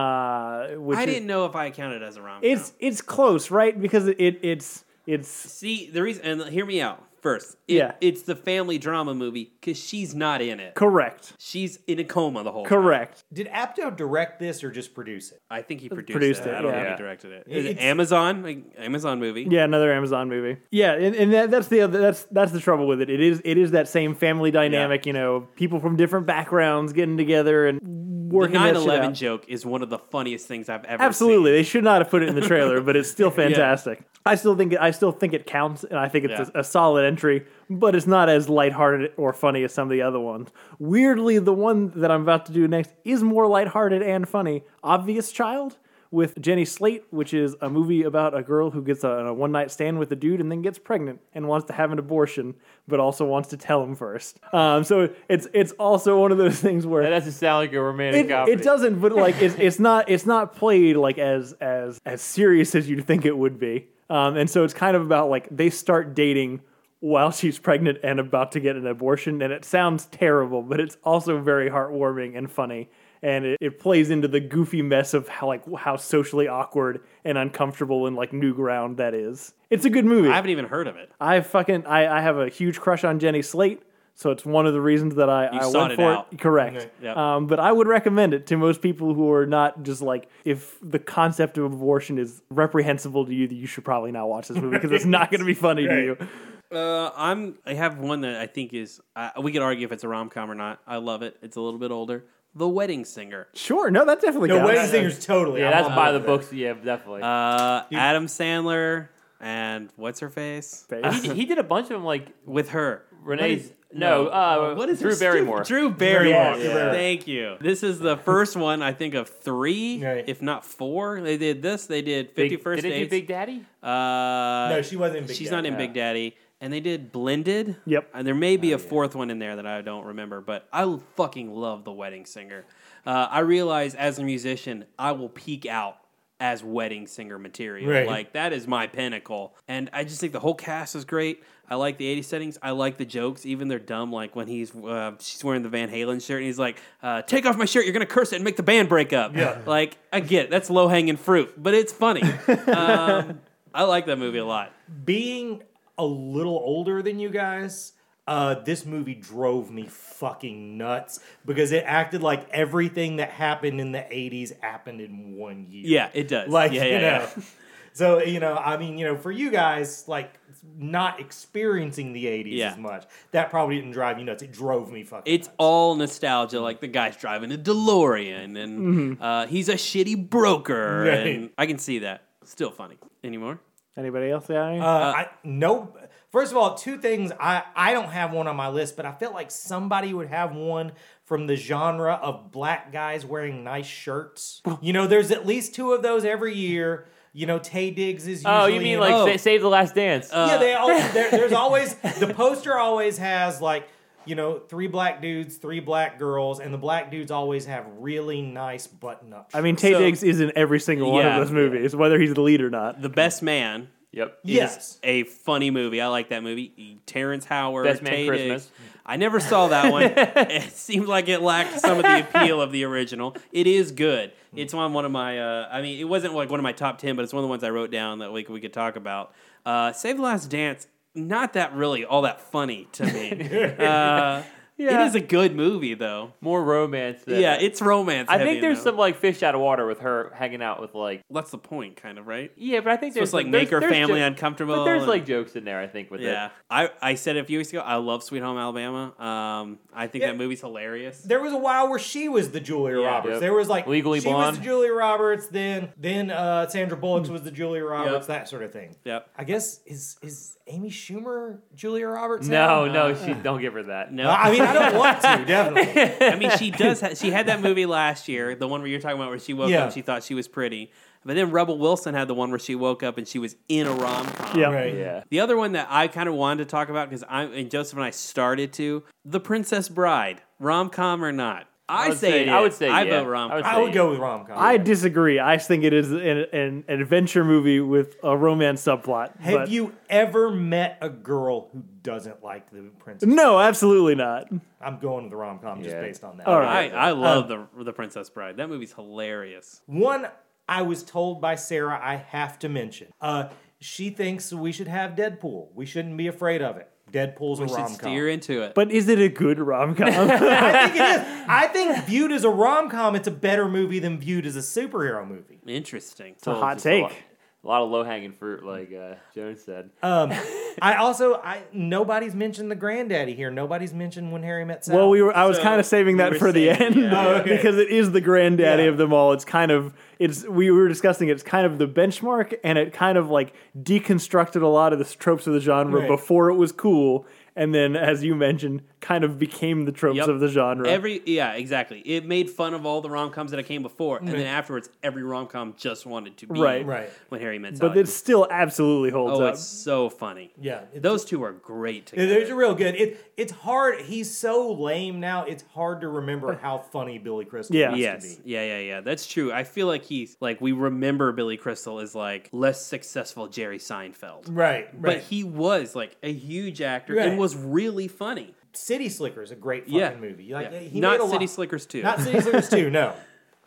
D: Uh, which
A: I
D: is-
A: didn't know if I counted as a rom com.
D: It's it's close, right? Because it, it it's it's
A: See, the reason, and hear me out first. It-
D: Yeah.
A: It's the family drama movie because she's not in it.
D: correct.
A: She's in a coma the whole time.
D: Correct.
C: did Apto direct this or just produce it?
A: I think he produced,
D: Produced
A: it.
D: it,
A: I don't think
B: yeah.
A: he directed it. Is it
C: It's-
A: Amazon? Like, Amazon movie?
D: Yeah, another Amazon movie. Yeah, and, and that, that's the other, that's that's the trouble with it. It is it is that same family dynamic, you know, people from different backgrounds getting together and
A: The
D: working that shit
A: 9 11
D: out.
A: joke is one of the funniest things I've ever
D: Absolutely,
A: seen.
D: they should not have put it in the trailer, but it's still fantastic. I still think I still think it counts, and I think it's
A: Yeah.
D: a, a solid entry. But it's not as lighthearted or funny as some of the other ones. Weirdly, the one that I'm about to do next is more lighthearted and funny. Obvious Child with Jenny Slate, which is a movie about a girl who gets a, a one night stand with a dude and then gets pregnant and wants to have an abortion, but also wants to tell him first. Um, so it's it's also one of those things where
B: That doesn't sound like a romantic
D: it,
B: comedy.
D: it doesn't, but like it's it's not it's not played like as as as serious as you'd think it would be. Um, and so it's kind of about like they start dating while she's pregnant and about to get an abortion, and it sounds terrible, but it's also very heartwarming and funny. And it, it plays into the goofy mess of how like how socially awkward and uncomfortable and like new ground that is. It's a good movie.
A: I haven't even heard of it.
D: I fucking I, I have a huge crush on Jenny Slate, so it's one of the reasons that I, I
A: sought
D: went
A: it
D: for
A: out.
D: it. Correct.
C: Okay.
A: Yep.
D: Um, but I would recommend it to most people who are not just like if the concept of abortion is reprehensible to you, that you should probably not watch this movie because it's not going to be funny to you.
A: Uh, I'm. I have one that I think is. Uh, we could argue if it's a rom com or not. I love it. It's a little bit older. The Wedding Singer.
D: Sure, no, that definitely
C: No,
D: counts.
C: Wedding Singer's totally.
B: Yeah,
C: I'm
B: that's
C: on
B: by
C: board
B: the
C: with it.
B: books. Yeah, definitely.
A: Uh, Adam Sandler and what's her face
B: he, d- he did a bunch of them, like
A: with her.
B: Renee's.
A: What is-
B: no, uh,
A: What is her
B: Drew
A: stupid-
B: Barrymore?
A: Drew Barrymore.
C: Barrymore, yeah.
A: Thank you. This is the first one I think of three,
C: Right.
A: if not four. They did this. They did
B: Big-
A: Fifty First
B: Did it do
A: Dates.
B: Big Daddy?
A: uh,
C: No, she wasn't. in Big
A: she's
C: Daddy.
A: not in
B: yeah.
A: Big Daddy. And they did Blended.
D: Yep.
A: And there may
C: Oh,
A: be a fourth one in there that I don't remember, but I fucking love The Wedding Singer. Uh, I realize as a musician, I will peak out as wedding singer material.
C: Right.
A: Like, that is my pinnacle. And I just think the whole cast is great. I like the 80s settings. I like the jokes, even they're dumb. Like when he's uh, she's wearing the Van Halen shirt and he's like, uh, "Take off my shirt, you're gonna curse it and make the band break up."
C: Yeah.
A: Like I get it. that's low hanging fruit, but it's funny. um, I like that movie a lot.
C: being a little older than you guys, uh, this movie drove me fucking nuts because it acted like everything that happened in the 80s happened in one year.
A: Yeah, it does.
C: Like,
A: yeah, yeah,
C: you know.
A: yeah.
C: So, you know, I mean, you know, for you guys, like not experiencing the 80s
A: Yeah.
C: as much, that probably didn't drive you nuts. It drove me fucking
A: It's
C: nuts.
A: all nostalgia. Like the guy's driving a DeLorean, and uh, he's a shitty broker.
C: Mm-hmm. Right.
A: And I can see that. Still funny. Anymore?
D: Anybody else? Yeah,
C: Uh, I, no, first of all, two things. I, I don't have one on my list, but I felt like somebody would have one from the genre of black guys wearing nice shirts. You know, there's at least two of those every year. You know, Tay Diggs is usually
B: Oh, Uh, you mean
C: in- Oh,
B: like
A: Oh.
B: Sa- Save the Last Dance?
C: yeah, they all there, there's always the poster always has like you know three black dudes, three black girls, and the black dudes always have really nice button up.
D: I mean, Tay
A: So-
D: Diggs is in every single one
A: Yeah.
D: of those movies, whether he's the lead or not.
A: The Best Man.
B: yep.
A: is
C: yes,
A: a funny movie. I like that movie. Terrence Howard,
B: Best Man
A: Tay
B: Christmas.
A: Diggs. I never saw that one. it seemed like it lacked some of the appeal of the original. It is good. It's on one of my. Uh, I mean, it wasn't like one of my top ten, but it's one of the ones I wrote down that like we could talk about. Uh, Save the Last Dance. Not that really all that funny to me. uh, It is a good movie though.
B: More romance. Than
A: Yeah, it's romance.
B: I
A: heavy
B: think there's
A: though.
B: some like fish out of water with her hanging out with like.
A: That's the point, kind of right.
B: Yeah, but I think
A: Supposed
B: there's
A: to, like,
B: there's-
A: make her
B: there's
A: family
B: jo-
A: uncomfortable
B: But there's
A: and-
B: like jokes in there. I think with
A: Yeah,
B: it.
A: I, I said it a few weeks ago. I love Sweet Home Alabama. Um, I think
C: Yeah.
A: that movie's hilarious.
C: there was a while where she was the Julia
A: Yeah.
C: Roberts.
B: Yep.
C: There was like
B: Legally
C: she was
B: Blonde. Hmm.
C: the Julia Roberts. Then then uh, Sandra Bullock was the Julia Roberts. That sort of thing.
A: Yep.
C: I guess is is Amy Schumer Julia Roberts? now?
B: No, no,
D: Uh,
B: she don't give her that.
A: No,
C: Well, I mean I don't want to definitely.
A: I mean she does. Ha- she had that movie last year, the one where you're talking about, where she woke
C: Yeah.
A: up, and she thought she was pretty, but then Rebel Wilson had the one where she woke up and she was in a rom com.
D: Yeah.
C: Oh, Right.
B: Yeah.
A: The other one that I kind of wanted to talk about because I and Joseph and I started to the Princess Bride rom com or not. I,
B: would
A: say,
B: say-
A: it
B: I would
A: is.
B: say
A: I
B: yeah.
A: vote rom.
B: I would
C: I would go with rom com.
D: I disagree. I think it is an, an adventure movie with a romance subplot.
C: Have
D: but-
C: you ever met a girl who doesn't like the princess?
D: No, absolutely not.
C: I'm going with the rom com just
B: Yeah.
C: based on that.
D: All right.
A: I, I love the the Princess Bride. That movie's hilarious.
C: One I was told by Sarah I have to mention. Uh, she thinks we should have Deadpool. We shouldn't be afraid of it. Deadpool's a
A: We should
C: rom com.
A: steer into it.
D: But is it a good rom com?
C: I think it is. I think viewed as a rom com, it's a better movie than viewed as a superhero movie.
A: Interesting.
D: a
B: Well,
D: hot
B: it's just A
D: take.
B: lot, a lot of low hanging fruit, like uh, Jones said.
C: Um, I also I nobody's mentioned the granddaddy here. Nobody's mentioned when Harry met Sally.
D: well, we were. I was
A: So,
D: kind of saving
A: we
D: that
A: were
D: for the
A: saving-
D: end
A: yeah.
C: Oh, okay.
D: because it is the granddaddy
C: Yeah.
D: of them all. It's kind of. It's we were discussing. It's kind of the benchmark, and it kind of like deconstructed a lot of the tropes of the genre
C: Right.
D: before it was cool, and then, as you mentioned, kind of became the tropes
A: Yep.
D: of the genre.
A: Every yeah, exactly. It made fun of all the rom coms that came before, and then afterwards, every rom com just wanted to be
D: Right.
C: Right.
A: When Harry met Sally,
D: but it still absolutely holds
A: oh,
D: up.
A: it's so funny.
C: Yeah, it's-
A: those two are great
C: Yeah,
A: together.
C: There's a real good. It it's hard. He's so lame now. It's hard to remember how funny Billy Crystal
D: Yeah.
C: used to
A: yes,
C: be.
A: yeah, yeah, yeah. That's true. I feel like he's like we remember Billy Crystal as like less successful Jerry Seinfeld,
C: Right,
A: but
C: right.
A: he was like a huge actor
C: Right.
A: and was really funny.
C: City Slicker is a great fucking
A: Yeah,
C: movie. Like
A: yeah.
C: he
A: not
C: made a
A: City
C: lot.
A: Slickers too.
C: Not City Slickers too. No.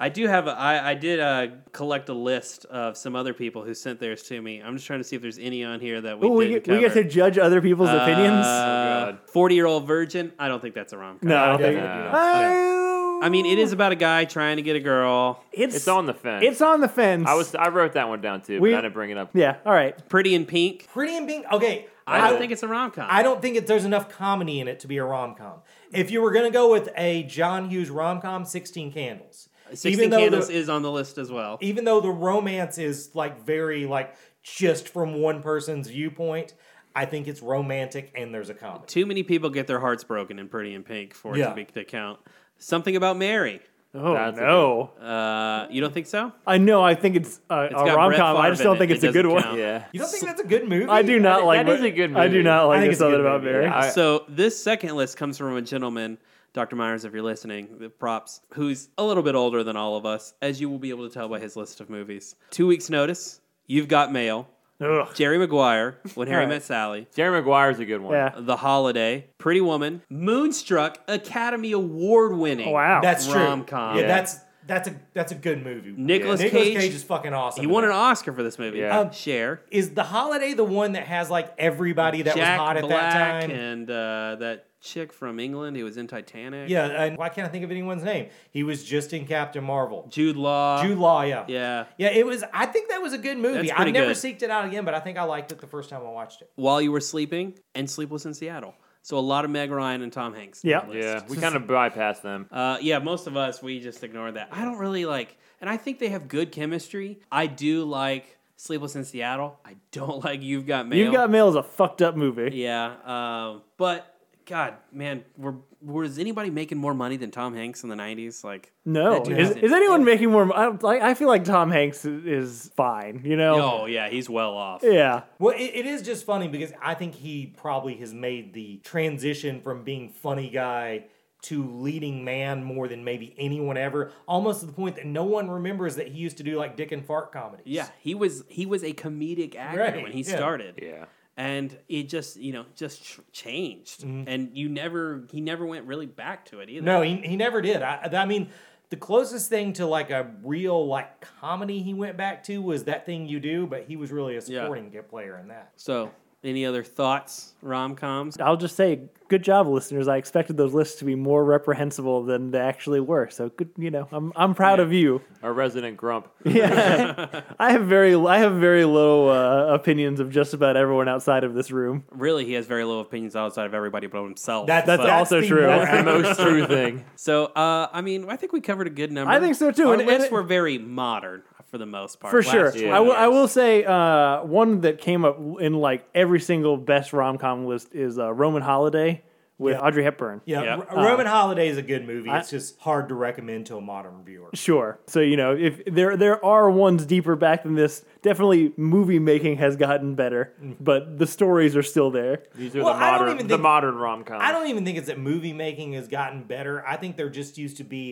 A: I do have. A, I I did uh, collect a list of some other people who sent theirs to me. I'm just trying to see if there's any on here that we
D: Ooh, we,
A: didn't
D: get, we get
A: cover.
D: to judge other people's opinions.
A: Uh,
B: God.
A: Forty-year-old virgin. I don't think that's a rom com.
D: No, I don't think.
C: definitely
B: no.
C: do not.
A: I mean, it is about a guy trying to get a girl.
D: It's,
B: It's on the fence.
D: It's on the fence.
B: I was I wrote that one down too,
D: We-
B: but I didn't bring it up.
D: Yeah. All right.
A: Pretty in Pink.
C: Pretty and Pink. Okay,
A: I don't think it's a rom com.
C: I don't think it, there's enough comedy in it to be a rom com. If you were going to go with a John Hughes rom com, 16 Candles.
A: 16
C: even though
A: Uh, Candles
C: the,
A: is on the list as well.
C: even though the romance is like very like just from one person's viewpoint, I think it's romantic and there's a comedy.
A: Too many people get their hearts broken in Pretty in Pink for it
C: Yeah.
A: to, be, to count. Something about Mary.
D: Oh
B: That's a
D: no!
A: Uh, you don't think so?
D: I know. I think it's uh,
A: It's
D: a
A: got
D: rom
A: Brett
D: com. I
A: Favre
D: just
A: in
D: don't
A: it.
D: think
A: It
D: it's a
A: doesn't
D: good
A: count.
D: one.
B: Yeah.
C: You don't think that's a good movie?
D: I do not
B: That-
D: like.
B: that
D: Br-
B: is a good
D: I do
B: movie.
D: not
C: I
D: like
C: think
D: this
C: it's a
D: something
C: good
D: about
C: movie,
D: Barry.
B: yeah. I-
A: so this second list comes from a gentleman, Dr. Myers, if you're listening, the props, who's a little bit older than all of us, as you will be able to tell by his list of movies. Two weeks notice, you've got mail.
D: Ugh.
A: Jerry Maguire, When Harry
D: Right.
A: Met Sally,
B: Jerry Maguire is a good one.
D: Yeah.
A: The Holiday, Pretty Woman, Moonstruck, Academy Award winning.
D: Wow.
C: That's true.
A: Rom-com.
C: Yeah,
A: Yeah.
C: that's that's a that's a good movie.
A: Nicolas
C: Nicolas
A: Cage-
C: Cage, is fucking awesome.
A: He
C: in
A: won an
C: that.
A: Oscar for this movie.
B: Yeah. Um,
A: Cher,
C: Is the holiday the one that has like everybody that
A: Jack
C: was hot at
A: Black,
C: that time?
A: and uh, that chick from England who was in Titanic.
C: Yeah, and why can't I think of anyone's name? He was just in Captain Marvel.
A: Jude Law.
C: Jude Law, yeah.
A: Yeah.
C: Yeah, it was. I think that was a good movie.
A: That's
C: I
A: pretty
C: never
A: good.
C: seeked it out again, but I think I liked it the first time I watched it.
A: While You Were Sleeping and Sleepless in Seattle. So a lot of Meg Ryan and Tom Hanks.
D: Yeah.
B: Yeah. We kind of bypassed them.
A: Uh, yeah, most of us, we just ignore that. I don't really like, and I think they have good chemistry. I do like Sleepless in Seattle. I don't like You've Got Mail.
D: You've Got Mail is a fucked up movie.
A: Yeah. Um, but God, man, were, was anybody making more money than Tom Hanks in the 90s? Like,
D: No,
A: That dude
D: is,
A: hasn't-
D: is anyone making more? I, don't- like, I feel like Tom Hanks is, is fine. You know.
A: oh, yeah, he's well off.
D: Yeah.
C: Well, it, it is just funny because I think he probably has made the transition from being funny guy to leading man more than maybe anyone ever, almost to the point that no one remembers that he used to do like dick and fart comedies.
A: Yeah, he was he was a comedic actor
C: Right,
A: when he
C: yeah.
A: started.
B: Yeah.
A: and it just you know just ch- changed
D: Mm-hmm.
A: and you never he never went really back to it either
C: No, he, he never did. I, I mean, the closest thing to like a real like comedy he went back to was that thing you do, but he was really a supporting player in that.
A: so any other thoughts rom-coms
D: I'll just say, good job, listeners. I expected those lists to be more reprehensible than they actually were. So good. You know, I'm I'm proud of you.
B: Our resident grump.
D: Yeah. I have very I have very low uh, opinions of just about everyone outside of this room.
A: really he has very low opinions outside of everybody but himself
D: That's
A: But-
D: also
C: the
D: true.
C: more
D: That's
B: The most true thing.
A: so uh, i mean i think we covered a good number
D: I think so, too,
A: Our
D: and- and
A: lists
D: it-
A: were very modern for the most part
D: For
A: Last
D: sure,
A: 20
D: I will. I
A: years.
D: will say uh, one that came up in like every single best rom com list is uh, Roman Holiday with Audrey Hepburn.
C: Yeah,
A: Yep.
C: R- Roman
D: Um,
C: Holiday is a good movie. it's just hard to recommend to a modern viewer.
D: Sure. So you know, if there there are ones deeper back than this, definitely movie making has gotten better,
A: Mm.
D: but the stories are still there.
B: These are
C: Well,
B: the
C: I don't
B: modern
C: even
B: the
C: think-
B: modern rom com.
C: I don't even think it's that movie making has gotten better. I think there just used to be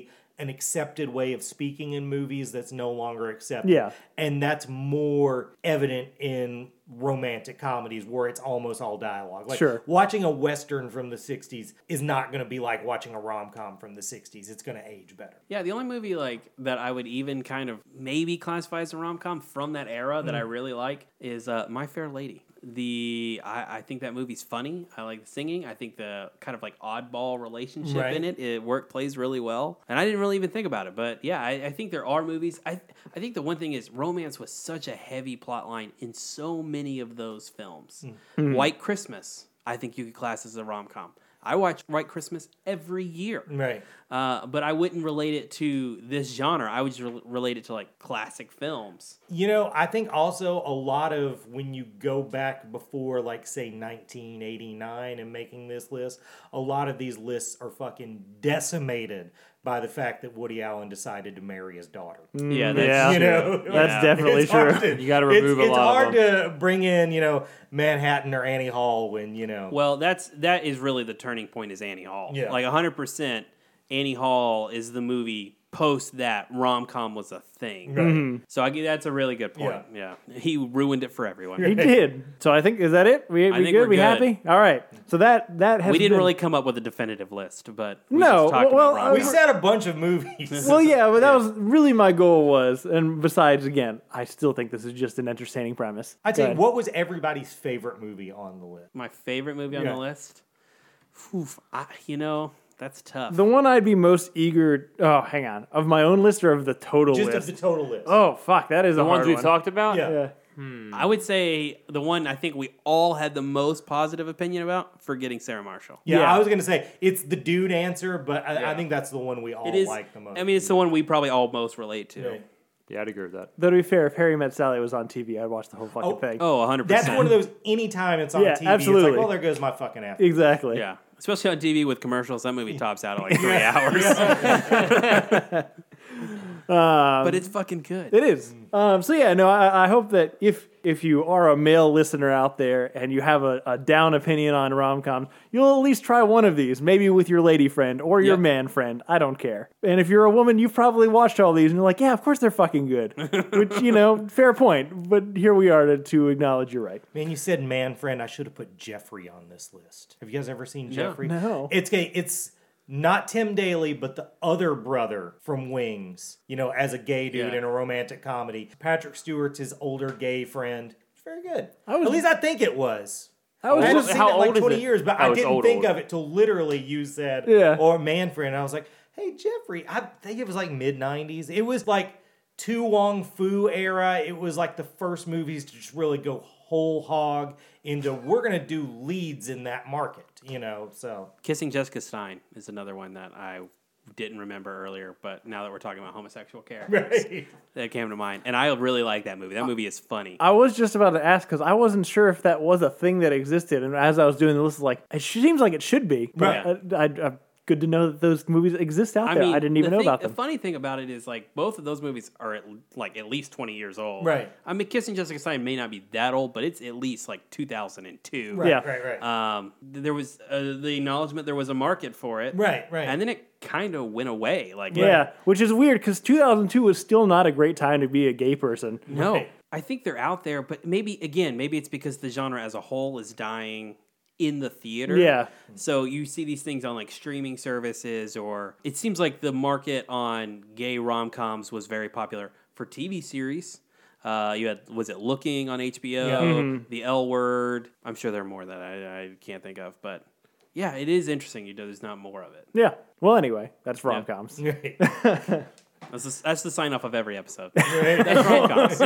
C: an accepted way of speaking in movies that's no longer accepted.
D: Yeah.
C: And that's more evident in romantic comedies where it's almost all dialogue. Like
D: Sure.
C: watching a western from the 60s is not going to be like watching a rom-com from the 60s. It's going to age better.
A: yeah the only movie like that i would even kind of maybe classify as a rom-com from that era that i really like is uh, my fair lady the I, I think that movie's funny i like the singing i think the kind of like oddball relationship
C: Right.
A: in it it work plays really well and i didn't really even think about it but yeah i, I think there are movies I, I think the one thing is romance was such a heavy plot line in so many of those films white christmas i think you could class as a rom-com i watch white christmas every year
C: Right.
A: uh, but I wouldn't relate it to this genre. I would just re- relate it to like classic films.
C: You know, I think also a lot of when you go back before, like, say, 1989 and making this list, a lot of these lists are fucking decimated by the fact that Woody Allen decided to marry his daughter.
D: Mm,
A: Yeah,
D: that's-
C: Mm, You know,
D: That's definitely
C: It's hard
D: true.
C: to-
B: You gotta
C: it's-
B: remove a
C: it's,
B: lot of
C: hard to bring in, you know, Manhattan or Annie Hall when, you know.
A: Well, that's that is really the turning point is Annie Hall.
C: Yeah.
A: Like 100% Annie Hall is the movie post that rom-com was a thing.
C: Right.
D: Mm-hmm.
A: So I g- that's a really good point. Yeah. He ruined it for everyone.
D: He did. So I think is that it? We, we
A: think
D: good?
A: we're
D: we
A: good.
D: happy? All right. So that that has
A: We didn't
D: been-
A: really come up with a definitive list, but we
D: No,
A: just talked
D: well,
A: about
D: uh,
A: rom-com.
C: we said a bunch of movies.
D: Well, yeah, but that was really my goal was, and besides, again, I still think this is just an entertaining premise.
C: I tell you,
D: But-
C: what was everybody's favorite movie on the list?
A: my favorite movie on
C: Yeah.
A: the list. Oof, I, you know, that's tough.
D: the one I'd be most eager. Oh, hang on, of my own list or of the total
C: Just
D: list.
C: of the total list.
D: oh, fuck, that is
B: the
D: a
B: ones
D: hard
B: we
D: one.
B: talked about?
C: Yeah.
D: Yeah.
A: I would say the one I think we all had the most positive opinion about, forgetting Sarah Marshall.
C: Yeah,
D: Yeah.
C: I was gonna say it's the dude answer, but I, I
B: Yeah.
C: think that's the one we all
A: It is.
C: like the most.
A: I mean, it's the one we probably all most relate to.
C: Yeah.
B: Yeah, I'd agree with that.
D: Though to be fair, if Harry Met Sally was on TV, I'd watch the whole fucking
C: Oh,
D: thing.
A: Oh, 100%.
C: that's one of those. Anytime it's on
D: Yeah,
C: TV, it's
D: absolutely.
C: like, well, there goes my fucking app.
D: Exactly.
A: Yeah. Especially on TV with commercials, that movie tops out at like three hours. but it's fucking good.
D: It is. Um, so yeah, no, I, I hope that if if you are a male listener out there and you have a, a down opinion on rom coms, you'll at least try one of these, maybe with your lady friend or your
A: Yeah.
D: man friend. I don't care. And if you're a woman, you've probably watched all these and you're like, yeah, of course they're fucking good. Which you know, fair point. But here we are to, to acknowledge you're right.
C: Man, you said man friend. I should have put Jeffrey on this list. Have you guys ever seen Jeffrey?
D: No.
C: It's gay. It's not Tim Daly, but the other brother from Wings. You know, as a gay dude
A: Yeah.
C: in a romantic comedy. Patrick Stewart's his older gay friend. It's very good.
D: was-
C: At least I think it was.
D: I was
C: I haven't
D: just
B: Well,
C: seen
B: how
C: it in like
B: old is
C: 20
B: it?
C: years, but
B: Oh,
C: I
B: it's
C: didn't
B: old,
C: think
B: old.
C: of it till literally you said,
D: Yeah.
C: or man friend. I was like, hey, Jeffrey, I think it was like mid 90s. It was like Tu Wong Fu era. It was like the first movies to just really go whole hog into we're going to do leads in that market, you know? So,
A: Kissing Jessica Stein is another one that I didn't remember earlier, but now that we're talking about homosexual characters, that came to mind. And I really like that movie. That movie is funny.
D: I was just about to ask because I wasn't sure if that was a thing that existed, and as I was doing the list, like it seems like it should be. But
A: Right.
D: I, I, I, good to know that those movies exist out
A: I
D: there.
A: mean,
D: I didn't even
A: the
D: know
A: thing-
D: about them.
A: The funny thing about it is, like, both of those movies are at, like at least twenty years old.
C: Right.
A: I mean, Kissing Jessica Stein may not be that old, but it's at least like two thousand and two.
C: right,
D: Yeah.
C: right, right.
A: Um, th- there was uh, the acknowledgement there was a market for it.
C: Right, right.
A: And then it kind of went away. Like,
D: Yeah, which is weird because 2002 was still not a great time to be a gay person.
A: No,
C: Right.
A: I think they're out there, but maybe again, maybe it's because the genre as a whole is dying in the theater.
D: Yeah.
A: So you see these things on like streaming services, or it seems like the market on gay rom coms was very popular for TV series. Uh, you had was it Looking on HBO,
C: Yeah. Mm-hmm.
A: The L Word. I'm sure there are more that I, I can't think of, but yeah, it is interesting. You know, there's not more of it.
D: Yeah. Well, anyway, that's rom coms.
A: That's the, that's the sign off of every episode. that's rom-coms.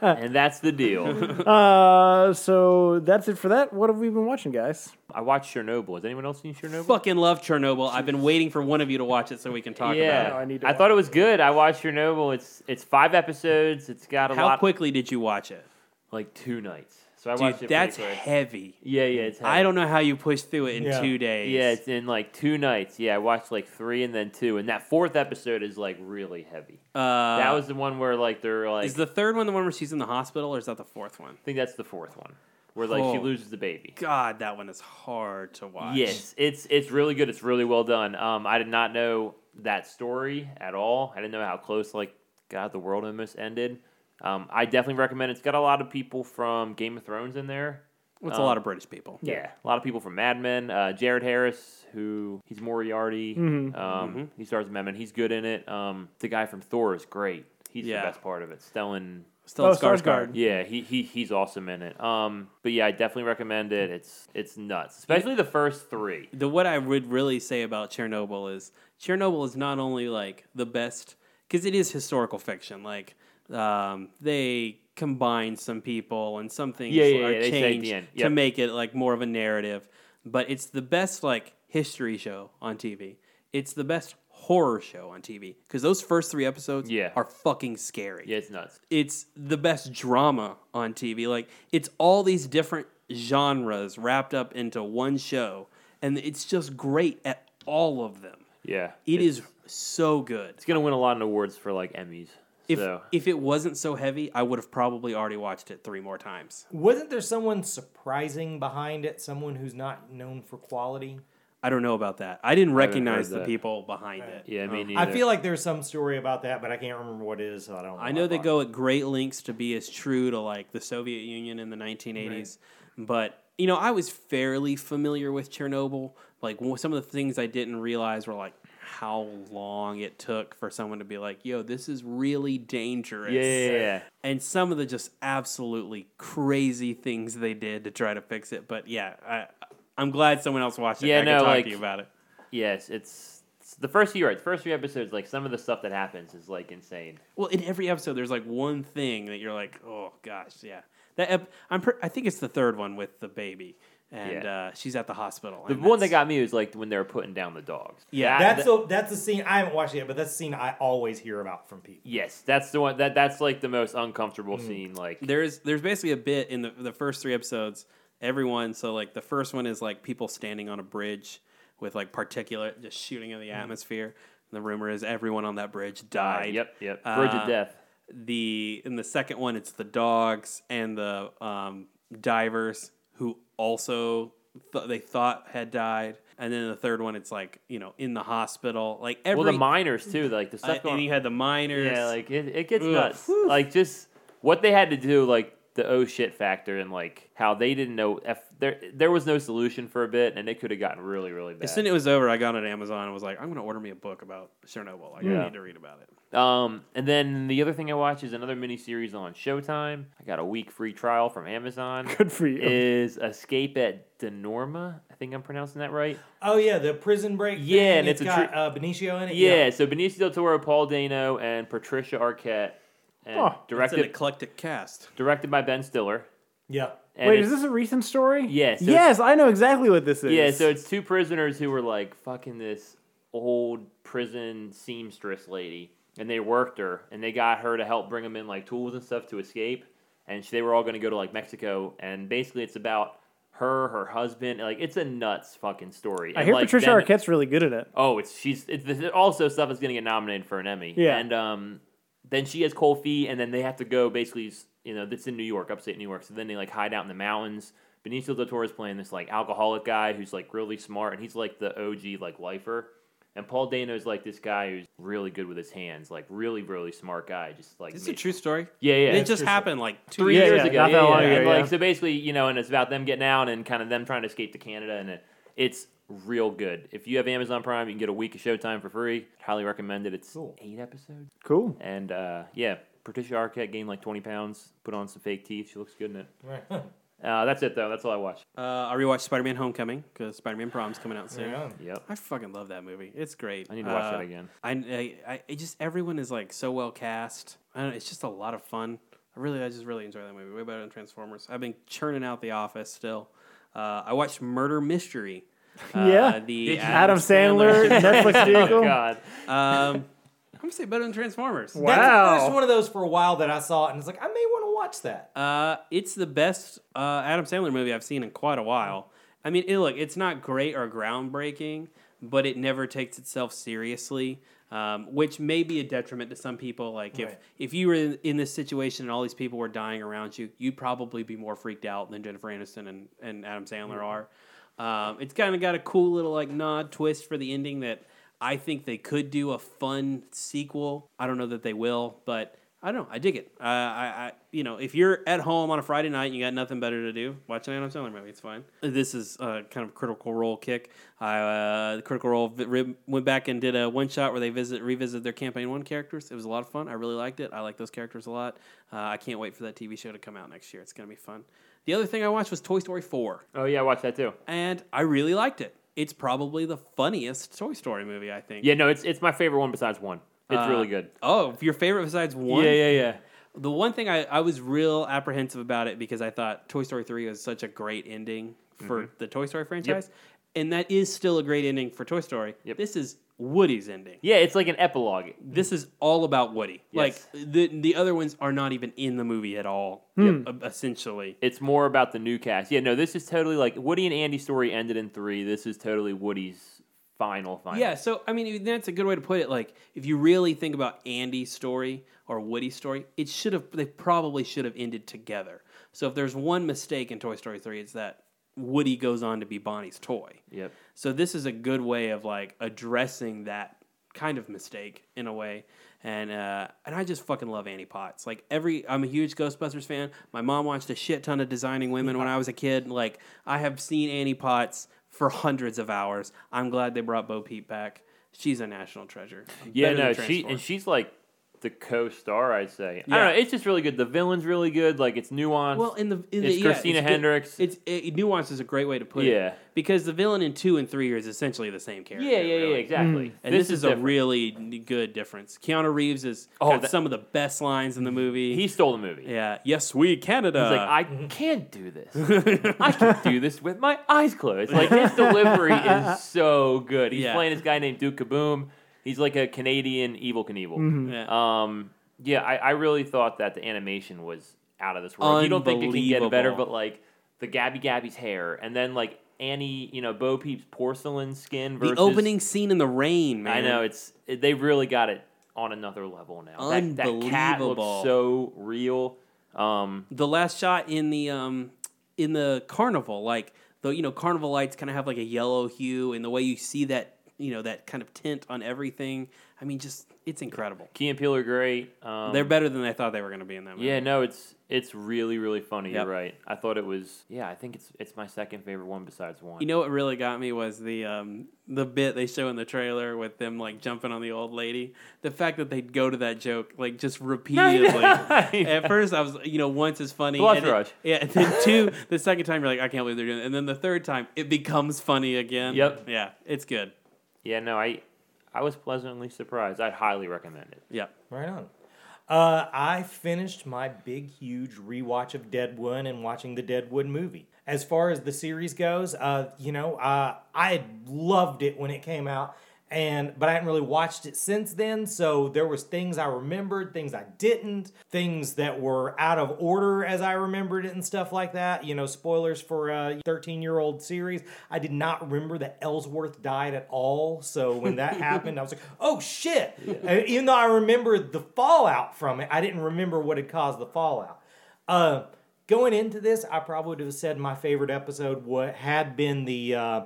B: and that's the deal.
D: Uh, so that's it for that. What have we been watching, guys?
B: I watched Chernobyl. Has anyone else seen Chernobyl?
A: fucking love Chernobyl. I've been waiting for one of you to watch it so we can talk
B: yeah,
A: about
D: I
B: I,
D: need to watch
B: thought it was good. I watched Chernobyl. It's it's five episodes. It's got a
A: it. How
B: lot
A: quickly did you watch it?
B: like two nights. So I watched
A: Dude,
B: it.
A: that's
B: pretty quick.
A: heavy.
B: yeah, yeah. It's
A: I don't know how you push through it in
C: Yeah.
A: two days.
B: Yeah, it's in like two nights. Yeah, I watched like three and then two, and that fourth episode is like really heavy.
A: Uh,
B: that was the one where like they're like.
A: is the third one the one where she's in the hospital, or is that the fourth one?
B: I think that's the fourth one where like she
A: Oh.
B: loses the baby.
A: God, that one is hard to watch.
B: Yes, it's it's really good. It's really well done. Um, I did not know that story at all. I didn't know how close like God the world almost ended. Um, I definitely recommend. It. It's got a lot of people from Game of Thrones in there.
A: it's
B: Um,
A: a lot of British people.
B: Yeah, a lot of people from Mad Men. Uh, Jared Harris, who he's Moriarty. Um, He stars in Mad Men. He's good in it. Um, the guy from Thor is great. He's
A: Yeah.
B: the best part of it. Stellan.
A: Stellan
D: Oh, Skarsgård.
A: Skarsgård.
B: Yeah, he, he he's awesome in it. Um, but yeah, I definitely recommend it. It's it's nuts, especially the first three.
A: The what I would really say about Chernobyl is Chernobyl is not only like the best because it is historical fiction. Like um, they combine some people and some things
B: Yeah, yeah,
A: are
B: yeah, they say at the
A: changed
B: end.
A: to
B: Yep.
A: make it like more of a narrative. But it's the best like history show on TV. It's the best horror show on TV because those first three episodes
B: Yeah.
A: are fucking scary
B: Yeah, it's nuts.
A: it's the best drama on TV. Like it's all these different genres wrapped up into one show, and it's just great at all of them.
B: Yeah,
A: It
B: it's,
A: is so good.
B: It's gonna win a lot of awards for like Emmys.
A: If
B: so
A: if it wasn't so heavy, I would have probably already watched it three more times.
C: Wasn't there someone surprising behind it? Someone who's not known for quality?
A: I don't know about that. I didn't recognize
B: heard
A: the
B: that.
A: people behind it.
B: yeah, me neither.
C: I feel like there's some story about that, but I can't remember what it is. So I don't.
A: I know they
C: why.
A: go at great lengths to be as true to like the Soviet Union in the 1980s, but you know, I was fairly familiar with Chernobyl. Like w- some of the things I didn't realize were like how long it took for someone to be like, "Yo, this is really dangerous."
B: yeah, yeah, yeah, yeah.
A: And some of the just absolutely crazy things they did to try to fix it. But yeah, I I'm glad someone else watched it.
B: Yeah,
A: I
B: no,
A: can talk
B: like-
A: to you about it.
B: Yes, it's, it's the first few, right? The first few episodes, like some of the stuff that happens is like insane.
A: Well, in every episode, there's like one thing that you're like, oh gosh, yeah. That ep- I'm per- I think it's the third one with the baby, and
B: Yeah.
A: uh, she's at the hospital.
B: The
A: and
B: one that
A: that's-
B: got me was like when they were putting down the dogs.
A: Yeah.
B: That-
C: That's the that's the scene I haven't watched it yet, but that's the scene I always hear about from people.
B: Yes, that's the one that that's like the most uncomfortable
A: Mm.
B: scene. Like
A: there's there's basically a bit in the the first three episodes. Everyone, so like the first one is like people standing on a bridge with like particulate just shooting in the atmosphere. And the rumor is everyone on that bridge Mm-hmm. died.
B: Yep, yep. Bridge
A: Uh,
B: of death.
A: the in the second one it's the dogs and the um, divers who also th- they thought had died and then the third one it's like you know in the hospital like every
B: Well, the miners too. Like the
A: uh,
B: stuff
A: and
B: going.
A: you had the miners
B: yeah, like it, it gets
A: Ugh.
B: nuts.
A: Whew.
B: Like just what they had to do, like the oh shit factor, and like how they didn't know if there there was no solution for a bit, and it could have gotten really really bad.
A: as soon as it was over I got on Amazon and was like I'm gonna order me a book about Chernobyl like I
B: Yeah.
A: need to read about it
B: Um, and then the other thing I watch is another miniseries on Showtime. I got a week free trial from Amazon.
D: Good for you.
B: Is Escape at Denorma? I think I'm pronouncing that right.
C: Oh yeah, the prison break.
B: Yeah,
C: thing,
B: and
C: it's
B: it's a
C: got
B: true-
C: uh, Benicio in it.
B: Yeah, so Benicio del Toro, Paul Dano, and Patricia Arquette, and
D: Huh.
A: it's an
B: directed
A: eclectic cast
B: directed by Ben Stiller.
C: yeah.
B: And
D: Wait,
B: it's-
D: is this a recent story?
B: Yeah, so
D: yes, I know exactly what this is.
B: Yeah, so it's two prisoners who were like fucking this old prison seamstress lady, and they worked her, and they got her to help bring them in like tools and stuff to escape, and she, they were all going to go to like Mexico, and basically it's about her, her husband, and, like it's a nuts fucking story.
D: I
B: and,
D: hear
B: like,
D: Patricia
B: Ben-
D: Arquette's really good at it.
B: Oh, it's she's it's, this- also stuff is going to get nominated for an Emmy.
D: Yeah.
B: and um, then she has cold feet, and then they have to go basically. s- You know, that's in New York, upstate New York. So then they like hide out in the mountains. Benicio del Toro's playing this like alcoholic guy who's like really smart, and he's like the OG like lifer. And Paul Dano's like this guy who's really good with his hands, like really really smart guy. Just like
A: it's a
B: ma-
A: true story
B: yeah, yeah.
A: it just
C: true.
A: happened like two
B: three
D: Yeah,
B: years
D: yeah,
B: ago.
D: not that long ago,
B: And, like
D: yeah.
B: so basically, you know, and it's about them getting out and kind of them trying to escape to Canada and it, it's real good. If you have Amazon Prime, you can get a week of Showtime for free. Highly recommend it. It's
C: Cool.
B: eight episodes.
D: Cool.
B: And uh, yeah, Patricia Arquette gained like 20 pounds, put on some fake teeth. She looks good in it.
C: Right.
B: Uh, that's it though. That's all I watched.
A: uh, I rewatched Spider Man Homecoming because Spider Man Prom's coming out soon
C: Yeah.
B: Yep.
A: I fucking love that movie. It's great.
B: I need to watch
A: Uh,
B: that again.
A: I, I, I it just everyone is like so well cast. I don't know, it's just a lot of fun. I really, I just really enjoy that movie. Way better than Transformers. I've been churning out The Office still. Uh, I watched Murder Mystery. Uh,
D: Yeah.
A: the
D: Adam Sandler, Netflix
B: Oh
D: vehicle.
B: God.
A: Um, I'm gonna say better than Transformers.
D: Wow.
C: That's the first one of those for a while that I saw, and it's like I may want to watch that.
A: Uh, it's the best uh, Adam Sandler movie I've seen in quite a while. I mean, it, look, it's not great or groundbreaking, but it never takes itself seriously, um, which may be a detriment to some people. Like if
C: Right.
A: if you were in, in this situation and all these people were dying around you, you'd probably be more freaked out than Jennifer Aniston and, and Adam Sandler are. Um, it's kind of got a cool little like nod twist for the ending that I think they could do a fun sequel. I don't know that they will, but I don't know. I dig it. Uh, I, I, you know, if you're at home on a Friday night and you got nothing better to do, watch an Adam Sandler movie. It's fine. This is uh, kind of Critical Role kick. I, uh, the Critical Role vi- rib- went back and did a one shot where they visit revisit their campaign one characters. It was a lot of fun. I really liked it. I like those characters a lot. Uh, I can't wait for that TV show to come out next year. It's gonna be fun. The other thing I watched was Toy Story Four
B: Oh yeah, I watched that too.
A: and I really liked it. It's probably the funniest Toy Story movie, I think.
B: Yeah, no, it's it's my favorite one besides one.
D: Uh,
B: It's really good.
A: Oh, your favorite besides one?
B: Yeah, yeah, yeah.
A: The one thing I, I was real apprehensive about it because I thought Toy Story 3 was such a great ending for
B: Mm-hmm.
A: the Toy Story franchise. And that is still a great ending for Toy Story.
B: Yep.
A: This is Woody's ending.
B: Yeah, it's like an epilogue.
A: This is all about Woody.
B: Yes.
A: Like the the other ones are not even in the movie at all, e- essentially.
B: it's more about the new cast. Yeah, no, this is totally like Woody and Andy's story ended in three. This is totally Woody's final final.
A: Yeah, so I mean that's a good way to put it. Like if you really think about Andy's story or Woody's story, it should have they probably should have ended together. So if there's one mistake in Toy Story 3, it's that Woody goes on to be Bonnie's toy.
B: Yep.
A: So this is a good way of like addressing that kind of mistake in a way. And uh, and I just fucking love Annie Potts. Like every I'm a huge Ghostbusters fan. My mom watched a shit ton of Designing Women when I was a kid. Like I have seen Annie Potts for hundreds of hours. I'm glad they brought Bo Peep back. She's a national treasure.
B: Yeah,
A: Better than
B: no, she
A: Transformers.
B: and she's like the co-star, I'd say. I
A: Yeah.
B: don't know. It's just really good. The villain's really good. Like it's nuanced.
A: Well, in the in
B: It's
A: the,
B: Christina
A: yeah, good-
B: Hendricks.
A: It's it, nuance is a great way to put it.
B: Yeah.
A: because the villain in two and three is essentially the same character.
B: yeah, yeah, yeah,
A: really.
B: exactly.
A: And Mm. this, is, a
B: different.
A: really good difference. Keanu Reeves is
B: Oh,
A: got
B: that-
A: some of the best lines in the movie.
B: He stole the movie.
A: yeah, Mm-hmm. yes, we Canada.
B: He's like, I can't do this. I can do this with my eyes closed. Like his delivery is so good. He's
A: Yeah.
B: playing this guy named Duke Kaboom. He's like a Canadian evil Knievel.
A: Yeah.
B: Um, yeah, I, I really thought that the animation was out of this world. You don't think it can get better,
A: Unbelievable.
B: but like the Gabby Gabby's hair, and then like Annie, you know, Bo Peep's porcelain
A: the
B: skin versus
A: opening scene in the rain, man.
B: I know it's it, they really got it on another level now. That, that cat
A: Unbelievable.
B: looks so real. Um,
A: the last shot in the um in the carnival like the you know carnival lights kind of have like a yellow hue and the way you see that you know that kind of tint on everything i mean just it's incredible
B: Key and Peele are great. Um,
A: they're better than i thought they were going to be in that movie
B: Yeah, no, it's it's really really funny.
A: Yep.
B: You're right. I thought it was. Yeah, I think it's it's my second favorite one besides one.
A: you know what really got me was the um the bit they show in the trailer with them like jumping on the old lady the fact that they'd go to that joke like just repeatedly At first, I was, you know, once is funny.
B: Blood
A: and it-
B: rush.
A: yeah, and then two, the second time you're like, I can't believe they're doing it. And then the third time, it becomes funny again.
B: Yep.
A: Yeah, it's good.
B: yeah, no, I I was pleasantly surprised. I'd highly recommend it.
A: Yep.
C: Right on. Uh, I finished my big, huge rewatch of Deadwood and watching the Deadwood movie. As far as the series goes, uh, you know, uh, I had loved it when it came out, and but I hadn't really watched it since then. So there was things I remembered, things I didn't, things that were out of order as I remembered it and stuff like that. You know, spoilers for uh, a 13-year-old series. I did not remember that Ellsworth died at all. So when that happened, I was like, oh shit. Uh, Even though I remembered the fallout from it, I didn't remember what had caused the fallout. Uh, going into this, I probably would have said my favorite episode what had been the uh,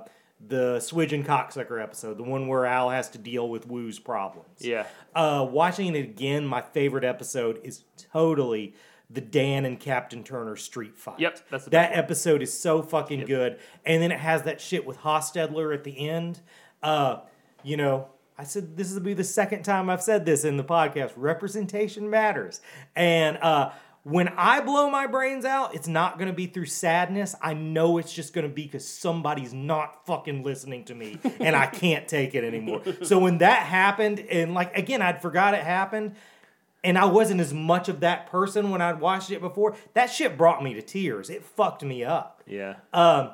C: the Swidge and Cocksucker episode, the one where Al has to deal with Woo's problems.
B: Yeah.
C: Uh, watching it again, my favorite episode is totally the Dan and Captain Turner street fight.
B: Yep, that's the
C: that
B: best one.
C: episode is so fucking good. And then it has that shit with Hostetler at the end. Uh, you know, I said this will be the second time I've said this in the podcast. Representation matters, and uh, when I blow my brains out, it's not going to be through sadness. I know it's just going to be because somebody's not fucking listening to me, and I can't take it anymore. so when that happened, and like again, I'd forgot it happened and I wasn't as much of that person when I'd watched it before. That shit brought me to tears. It fucked me up.
B: Yeah.
C: Um,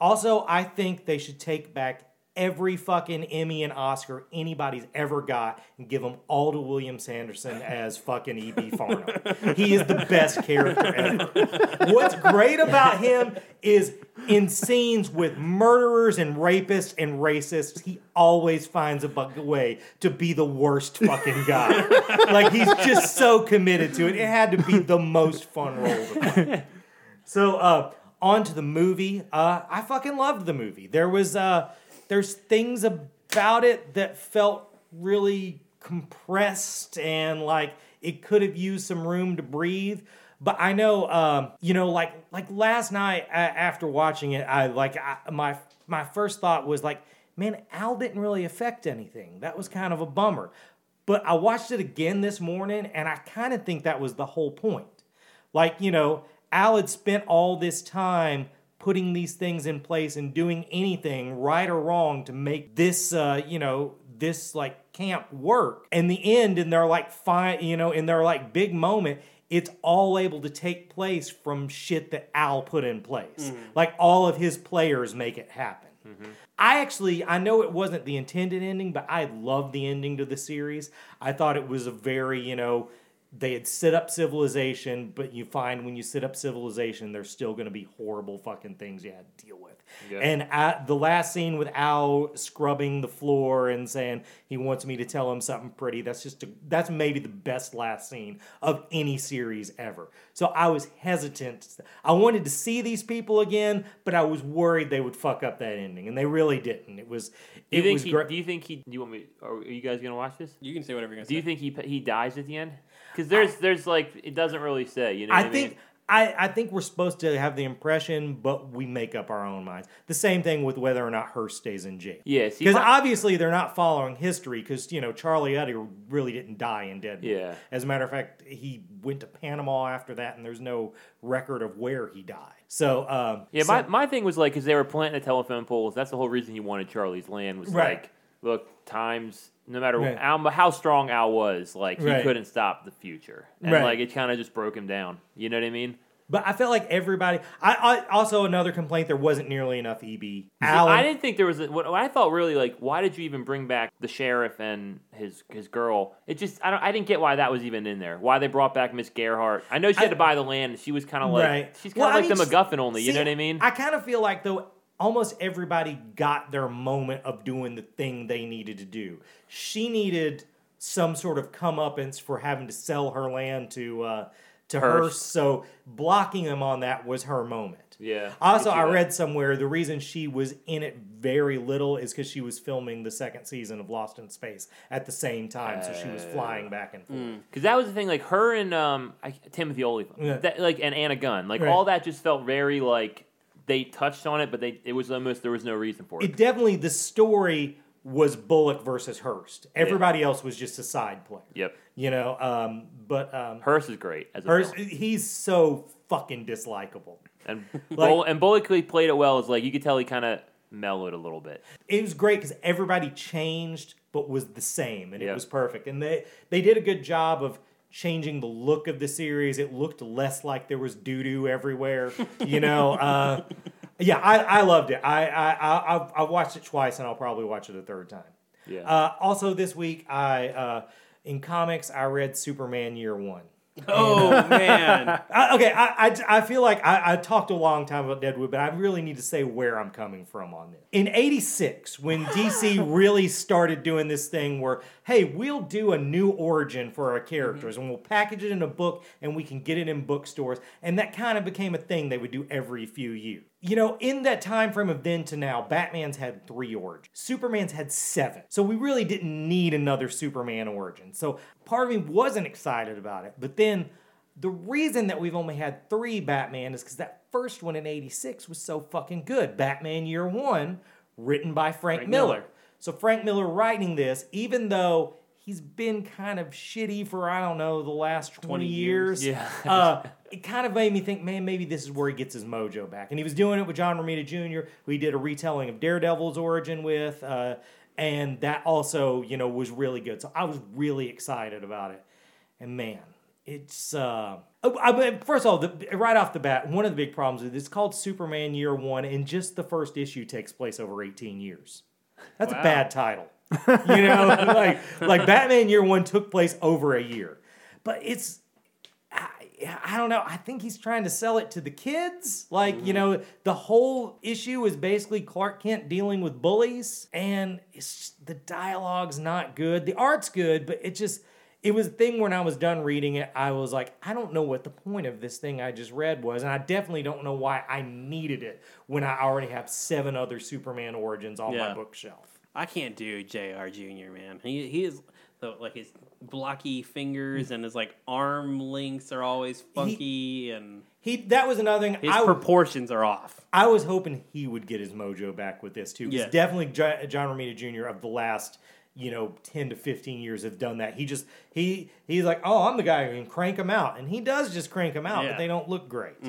C: also, I think they should take back every fucking Emmy and Oscar anybody's ever got and give them all to William Sanderson as fucking E.B. Farnham. he is the best character ever. What's great about him is in scenes with murderers and rapists and racists, he always finds a bu- way to be the worst fucking guy. like, he's just so committed to it. It had to be the most fun role to play. So uh, on to the movie. Uh, I fucking loved the movie. There was uh, there's things about it that felt really compressed and like it could have used some room to breathe. But I know, um, you know, like like last night a after watching it, I like I, my my first thought was like, man, Al didn't really affect anything. That was kind of a bummer. But I watched it again this morning, and I kind of think that was the whole point. Like, you know, Al had spent all this time putting these things in place and doing anything, right or wrong, to make this, uh, you know, this like camp work. In the end, in their like fine, you know, in their like big moment, it's all able to take place from shit that Al put in place. Like all of his players make it happen. I actually, I know it wasn't the intended ending, but I loved the ending to the series. I thought it was a very, you know, they had set up civilization, but you find when you set up civilization, there's still going to be horrible fucking things you had to deal with.
B: Yeah.
C: And I, the last scene with Al scrubbing the floor and saying he wants me to tell him something pretty, that's just, a, that's maybe the best last scene of any series ever. So I was hesitant. I wanted to see these people again, but I was worried they would fuck up that ending. And they really didn't. It was,
B: Do you
C: it
B: think
C: was
B: he?
C: great.
B: Do you think he? Do you want me? Are, are you guys gonna watch this?
A: You can say whatever you're going
B: Do
A: to
B: you
A: say.
B: think he he dies at the end? Because there's there's like it doesn't really say. You know.
C: I
B: what
C: think
B: mean?
C: I, I think we're supposed to have the impression, but we make up our own minds. The same thing with whether or not Hearst stays in jail.
B: Yeah, see,
C: because
B: my-
C: obviously they're not following history. Because you know Charlie Utter really didn't die in Deadwood.
B: Yeah.
C: As a matter of fact, he went to Panama after that, and there's no record of where he died. So um,
B: Yeah,
C: so-
B: my, my thing was like, because they were planting the telephone poles. That's the whole reason he wanted Charlie's land was
C: Right.
B: like, look, times, no matter
C: Right.
B: how, how strong Al was, like, he
C: Right.
B: couldn't stop the future. And
C: Right.
B: like, it kind of just broke him down. You know what I mean?
C: But I felt like everybody. I, I also another complaint there wasn't nearly enough E EB. Alan,
B: I didn't think there was a, what I thought really like. Why did you even bring back the sheriff and his his girl? It just I don't I didn't get why that was even in there. Why they brought back Miss Gerhardt? I know she had
C: I-
B: to buy the land. and She was kind of like
C: right?
B: she's kind of
C: Well, I
B: like
C: mean,
B: the
C: she-
B: MacGuffin only. you
C: see,
B: know what I mean?
C: I kind of feel like though almost everybody got their moment of doing the thing they needed to do. She needed some sort of comeuppance for having to sell her land to uh, to her.
B: Hearst.
C: So blocking him on that was her moment.
B: Yeah,
C: Also,
B: I see
C: I
B: that.
C: read somewhere the reason she was in it very little is because she was filming the second season of Lost in Space at the same time, so she was
B: Uh,
C: flying back and forth.
B: Because that was the thing, like her and um I, Timothy Oliphant,
C: Yeah.
B: that, like and Anna Gunn, like
C: Right.
B: all that just felt very like they touched on it, but they it was almost there was no reason for it.
C: it definitely the story was Bullock versus Hearst. Everybody else was just a side player.
B: yep,
C: You know, um, but um,
B: Hearst is great as a
C: Hearst,
B: villain.
C: he's so fucking dislikable.
B: and Bull, and Bullock really played it well. Is like you could tell he kind of mellowed a little bit.
C: It was great because everybody changed, but was the same, and
B: Yeah.
C: it was perfect. And they they did a good job of changing the look of the series. It looked less like there was doo doo everywhere. You know. Uh, Yeah, I, I loved it. I I, I I've, I've watched it twice, and I'll probably watch it a third time.
B: Yeah.
C: Uh, also, this week, I uh, in comics, I read Superman Year One.
A: Oh man,
C: I, okay, I, I, I feel like I, I talked a long time about Deadwood, but I really need to say where I'm coming from on this. In '86, when DC really started doing this thing where, hey, we'll do a new origin for our characters and we'll package it in a book and we can get it in bookstores, and that kind of became a thing they would do every few years. You know, in that time frame of then to now, Batman's had three origins. Superman's had seven. So we really didn't need another Superman origin. So part of me wasn't excited about it. But then the reason that we've only had three Batman is because that first one in 86 was so fucking good. Batman Year One, written by Frank, Miller.
A: Miller.
C: So Frank Miller writing this, even though he's been kind of shitty for, I don't know, the last 20,
A: 20
C: years.
A: years.
B: Yeah.
C: uh, it kind of made me think, man, maybe this is where he gets his mojo back. And he was doing it with John Romita Jr., who he did a retelling of Daredevil's origin with. Uh, and that also, you know, was really good. So I was really excited about it. And man, it's. Uh, oh, I, mean, first of all, the, right off the bat, one of the big problems is it's called Superman Year One, and just the first issue takes place over 18 years. That's a bad title. You know, like like Batman Year One took place over a year, but it's I, I don't know. I think he's trying to sell it to the kids. Like you know, the whole issue is basically Clark Kent dealing with bullies, and it's just- the dialogue's not good. The art's good, but it just it was a thing when I was done reading it. I was like, I don't know what the point of this thing I just read was, and I definitely don't know why I needed it when I already have seven other Superman origins on my
A: Yeah.
C: bookshelf.
A: I can't do Jr. Junior. Man, he he is the, like his blocky fingers and his like arm links are always funky and
C: He that was another thing.
A: his
C: I,
A: proportions are off.
C: I was hoping he would get his mojo back with this too. 'cause
A: Yeah.
C: definitely Jo- John Romita Jr. of the last you know 10 to 15 years have done that. He just he he's like, oh, I'm the guy who can crank him out, and he does just crank him out, but
A: Yeah.
C: they don't look great.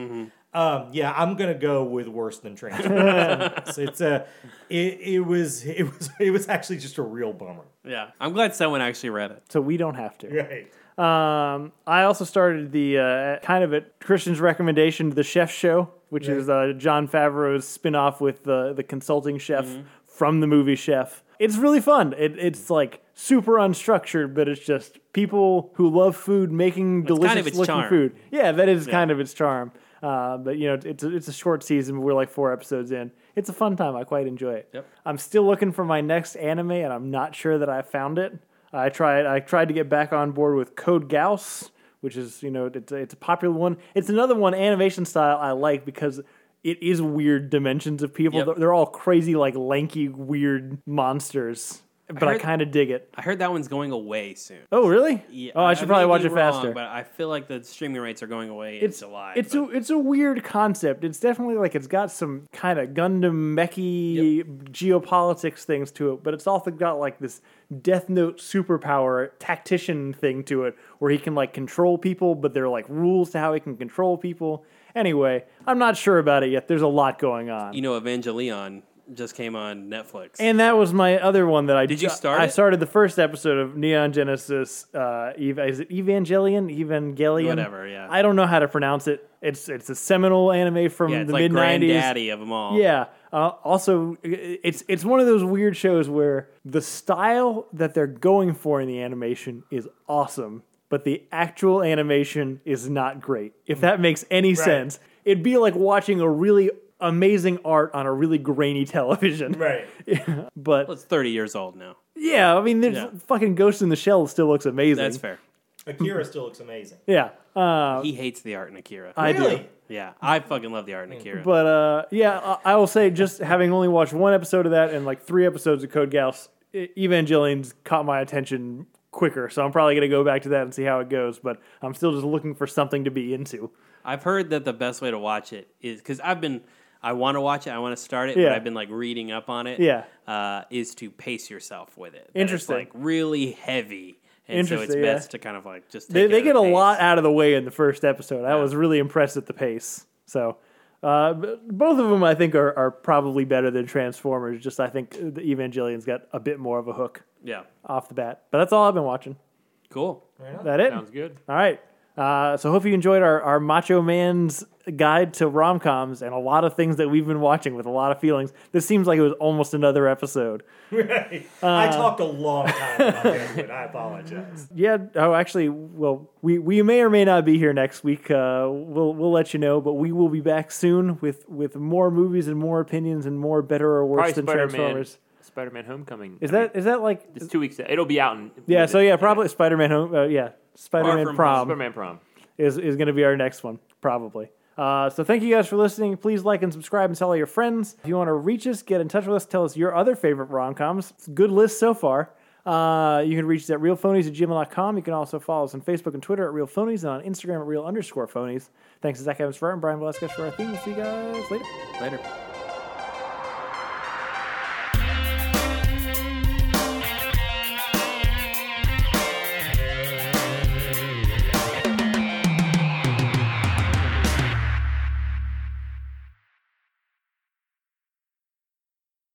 C: Um, yeah, I'm gonna go with worse than Transformers. So it's a it, it was it was it was actually just a real bummer.
A: Yeah, I'm glad someone actually read it.
D: so we don't have to.
C: Right.
D: Um, I also started the uh, kind of at Christian's recommendation, the Chef Show, which is uh, John Favreau's spin-off with the the consulting chef
A: Mm-hmm.
D: from the movie Chef. It's really fun. It, it's like super unstructured, but it's just people who love food making
A: kind of
D: delicious
A: its
D: looking
A: charm.
D: food. Yeah, that is kind of its charm. Uh, but you know, it's a, it's a short season. But we're like four episodes in. It's a fun time. I quite enjoy it.
A: Yep.
D: I'm still looking for my next anime, and I'm not sure that I found it. I tried. I tried to get back on board with Code Gauss, which is you know it's a, it's a popular one. It's another one animation style I like because it is weird dimensions of people.
A: Yep.
D: They're- They're all crazy, like lanky, weird monsters. but I
A: heard-
D: kind of dig it.
A: I heard that one's going away soon.
D: Oh, really?
A: Yeah,
D: oh, I should
A: may
D: probably watch
A: be
D: it
A: wrong,
D: faster.
A: But I feel like the streaming rates are going away
D: it's
A: in July.
D: It's
A: but-
D: a it's a weird concept. It's definitely like it's got some kind of Gundam mechy geopolitics things to it, but it's also got like this Death Note superpower tactician thing to it, where he can like control people, but there are like rules to how he can control people. Anyway, I'm not sure about it yet. There's a lot going on.
A: you know, Evangelion just came on Netflix.
D: And that was my other one that I
A: Did you start
D: I
A: it?
D: started the first episode of Neon Genesis. Uh, ev- is it Evangelion? Evangelion?
A: Whatever, yeah.
D: I don't know how to pronounce it. It's it's a seminal anime from
A: yeah, it's
D: the
A: like
D: mid '90s.
A: granddaddy of them all.
D: Yeah. Uh, also, i- it's it's one of those weird shows where the style that they're going for in the animation is awesome, but the actual animation is not great. If
A: Mm.
D: that makes any sense, it'd be like watching a really amazing art on a really grainy television.
C: Right.
D: But
A: Well, it's thirty years old now.
D: yeah, I mean, there's
A: Yeah.
D: fucking Ghost in the Shell still looks amazing.
A: That's fair.
C: Akira still looks amazing.
D: Yeah. Uh,
A: He hates the art in Akira.
D: I do.
C: really?
A: yeah, I fucking love the art in Akira.
D: But uh, yeah, I, I will say just having only watched one episode of that and like three episodes of Code Geass, E- Evangelion's caught my attention quicker, so I'm probably gonna go back to that and see how it goes. But I'm still just looking for something to be into.
A: I've heard that the best way to watch it is because I've been I want to watch it, I want to start it,
D: Yeah.
A: but I've been like reading up on it.
D: Yeah.
A: uh, is to pace yourself with it. That it's,
D: Interesting.
A: like really heavy, and so
D: Interesting,
A: it's
D: yeah.
A: best to kind of like just. Take
D: They,
A: it
D: they
A: at
D: get a
A: pace.
D: lot out of the way in the first episode. I was really impressed at the pace. So. Uh, b- both of them, I think, are, are probably better than Transformers. Just I think the Evangelion's got a bit more of a hook
A: Yeah,
D: off the bat. But that's all I've been watching.
A: cool.
D: That it?
B: Oh, Sounds good.
D: All right. Uh, so hope you enjoyed our, our Macho Man's guide to rom coms and a lot of things that we've been watching with a lot of feelings. This seems like it was almost another episode.
C: Right. I talked a long time about that one. I apologize.
D: Yeah. Oh, actually, well, we, we may or may not be here next week. Uh, we'll we'll let you know, but we will be back soon with with more movies and more opinions and more better or
B: Probably
D: worse than
B: Spider Man.
D: Transformers.
B: Spider Man Homecoming.
D: Is
B: I mean,
D: that is that like?
B: it's two weeks? It'll be out in.
D: Yeah. So yeah, probably Spider Man. Home. Uh, yeah, Spider Man
A: from
D: Prom.
B: Spider Man Prom.
D: is, is going to be our next one, probably. Uh, so thank you guys for listening. Please like and subscribe and tell all your friends. If you want to reach us, get in touch with us. Tell us your other favorite rom-coms. It's a good list so far. Uh, you can reach us at realphonies at gmail.com. You can also follow us on Facebook and Twitter at realphonies and on Instagram at real underscore phonies. Thanks to Zach Evans for art and Brian Velasquez for our theme. We'll see you guys later.
A: Later.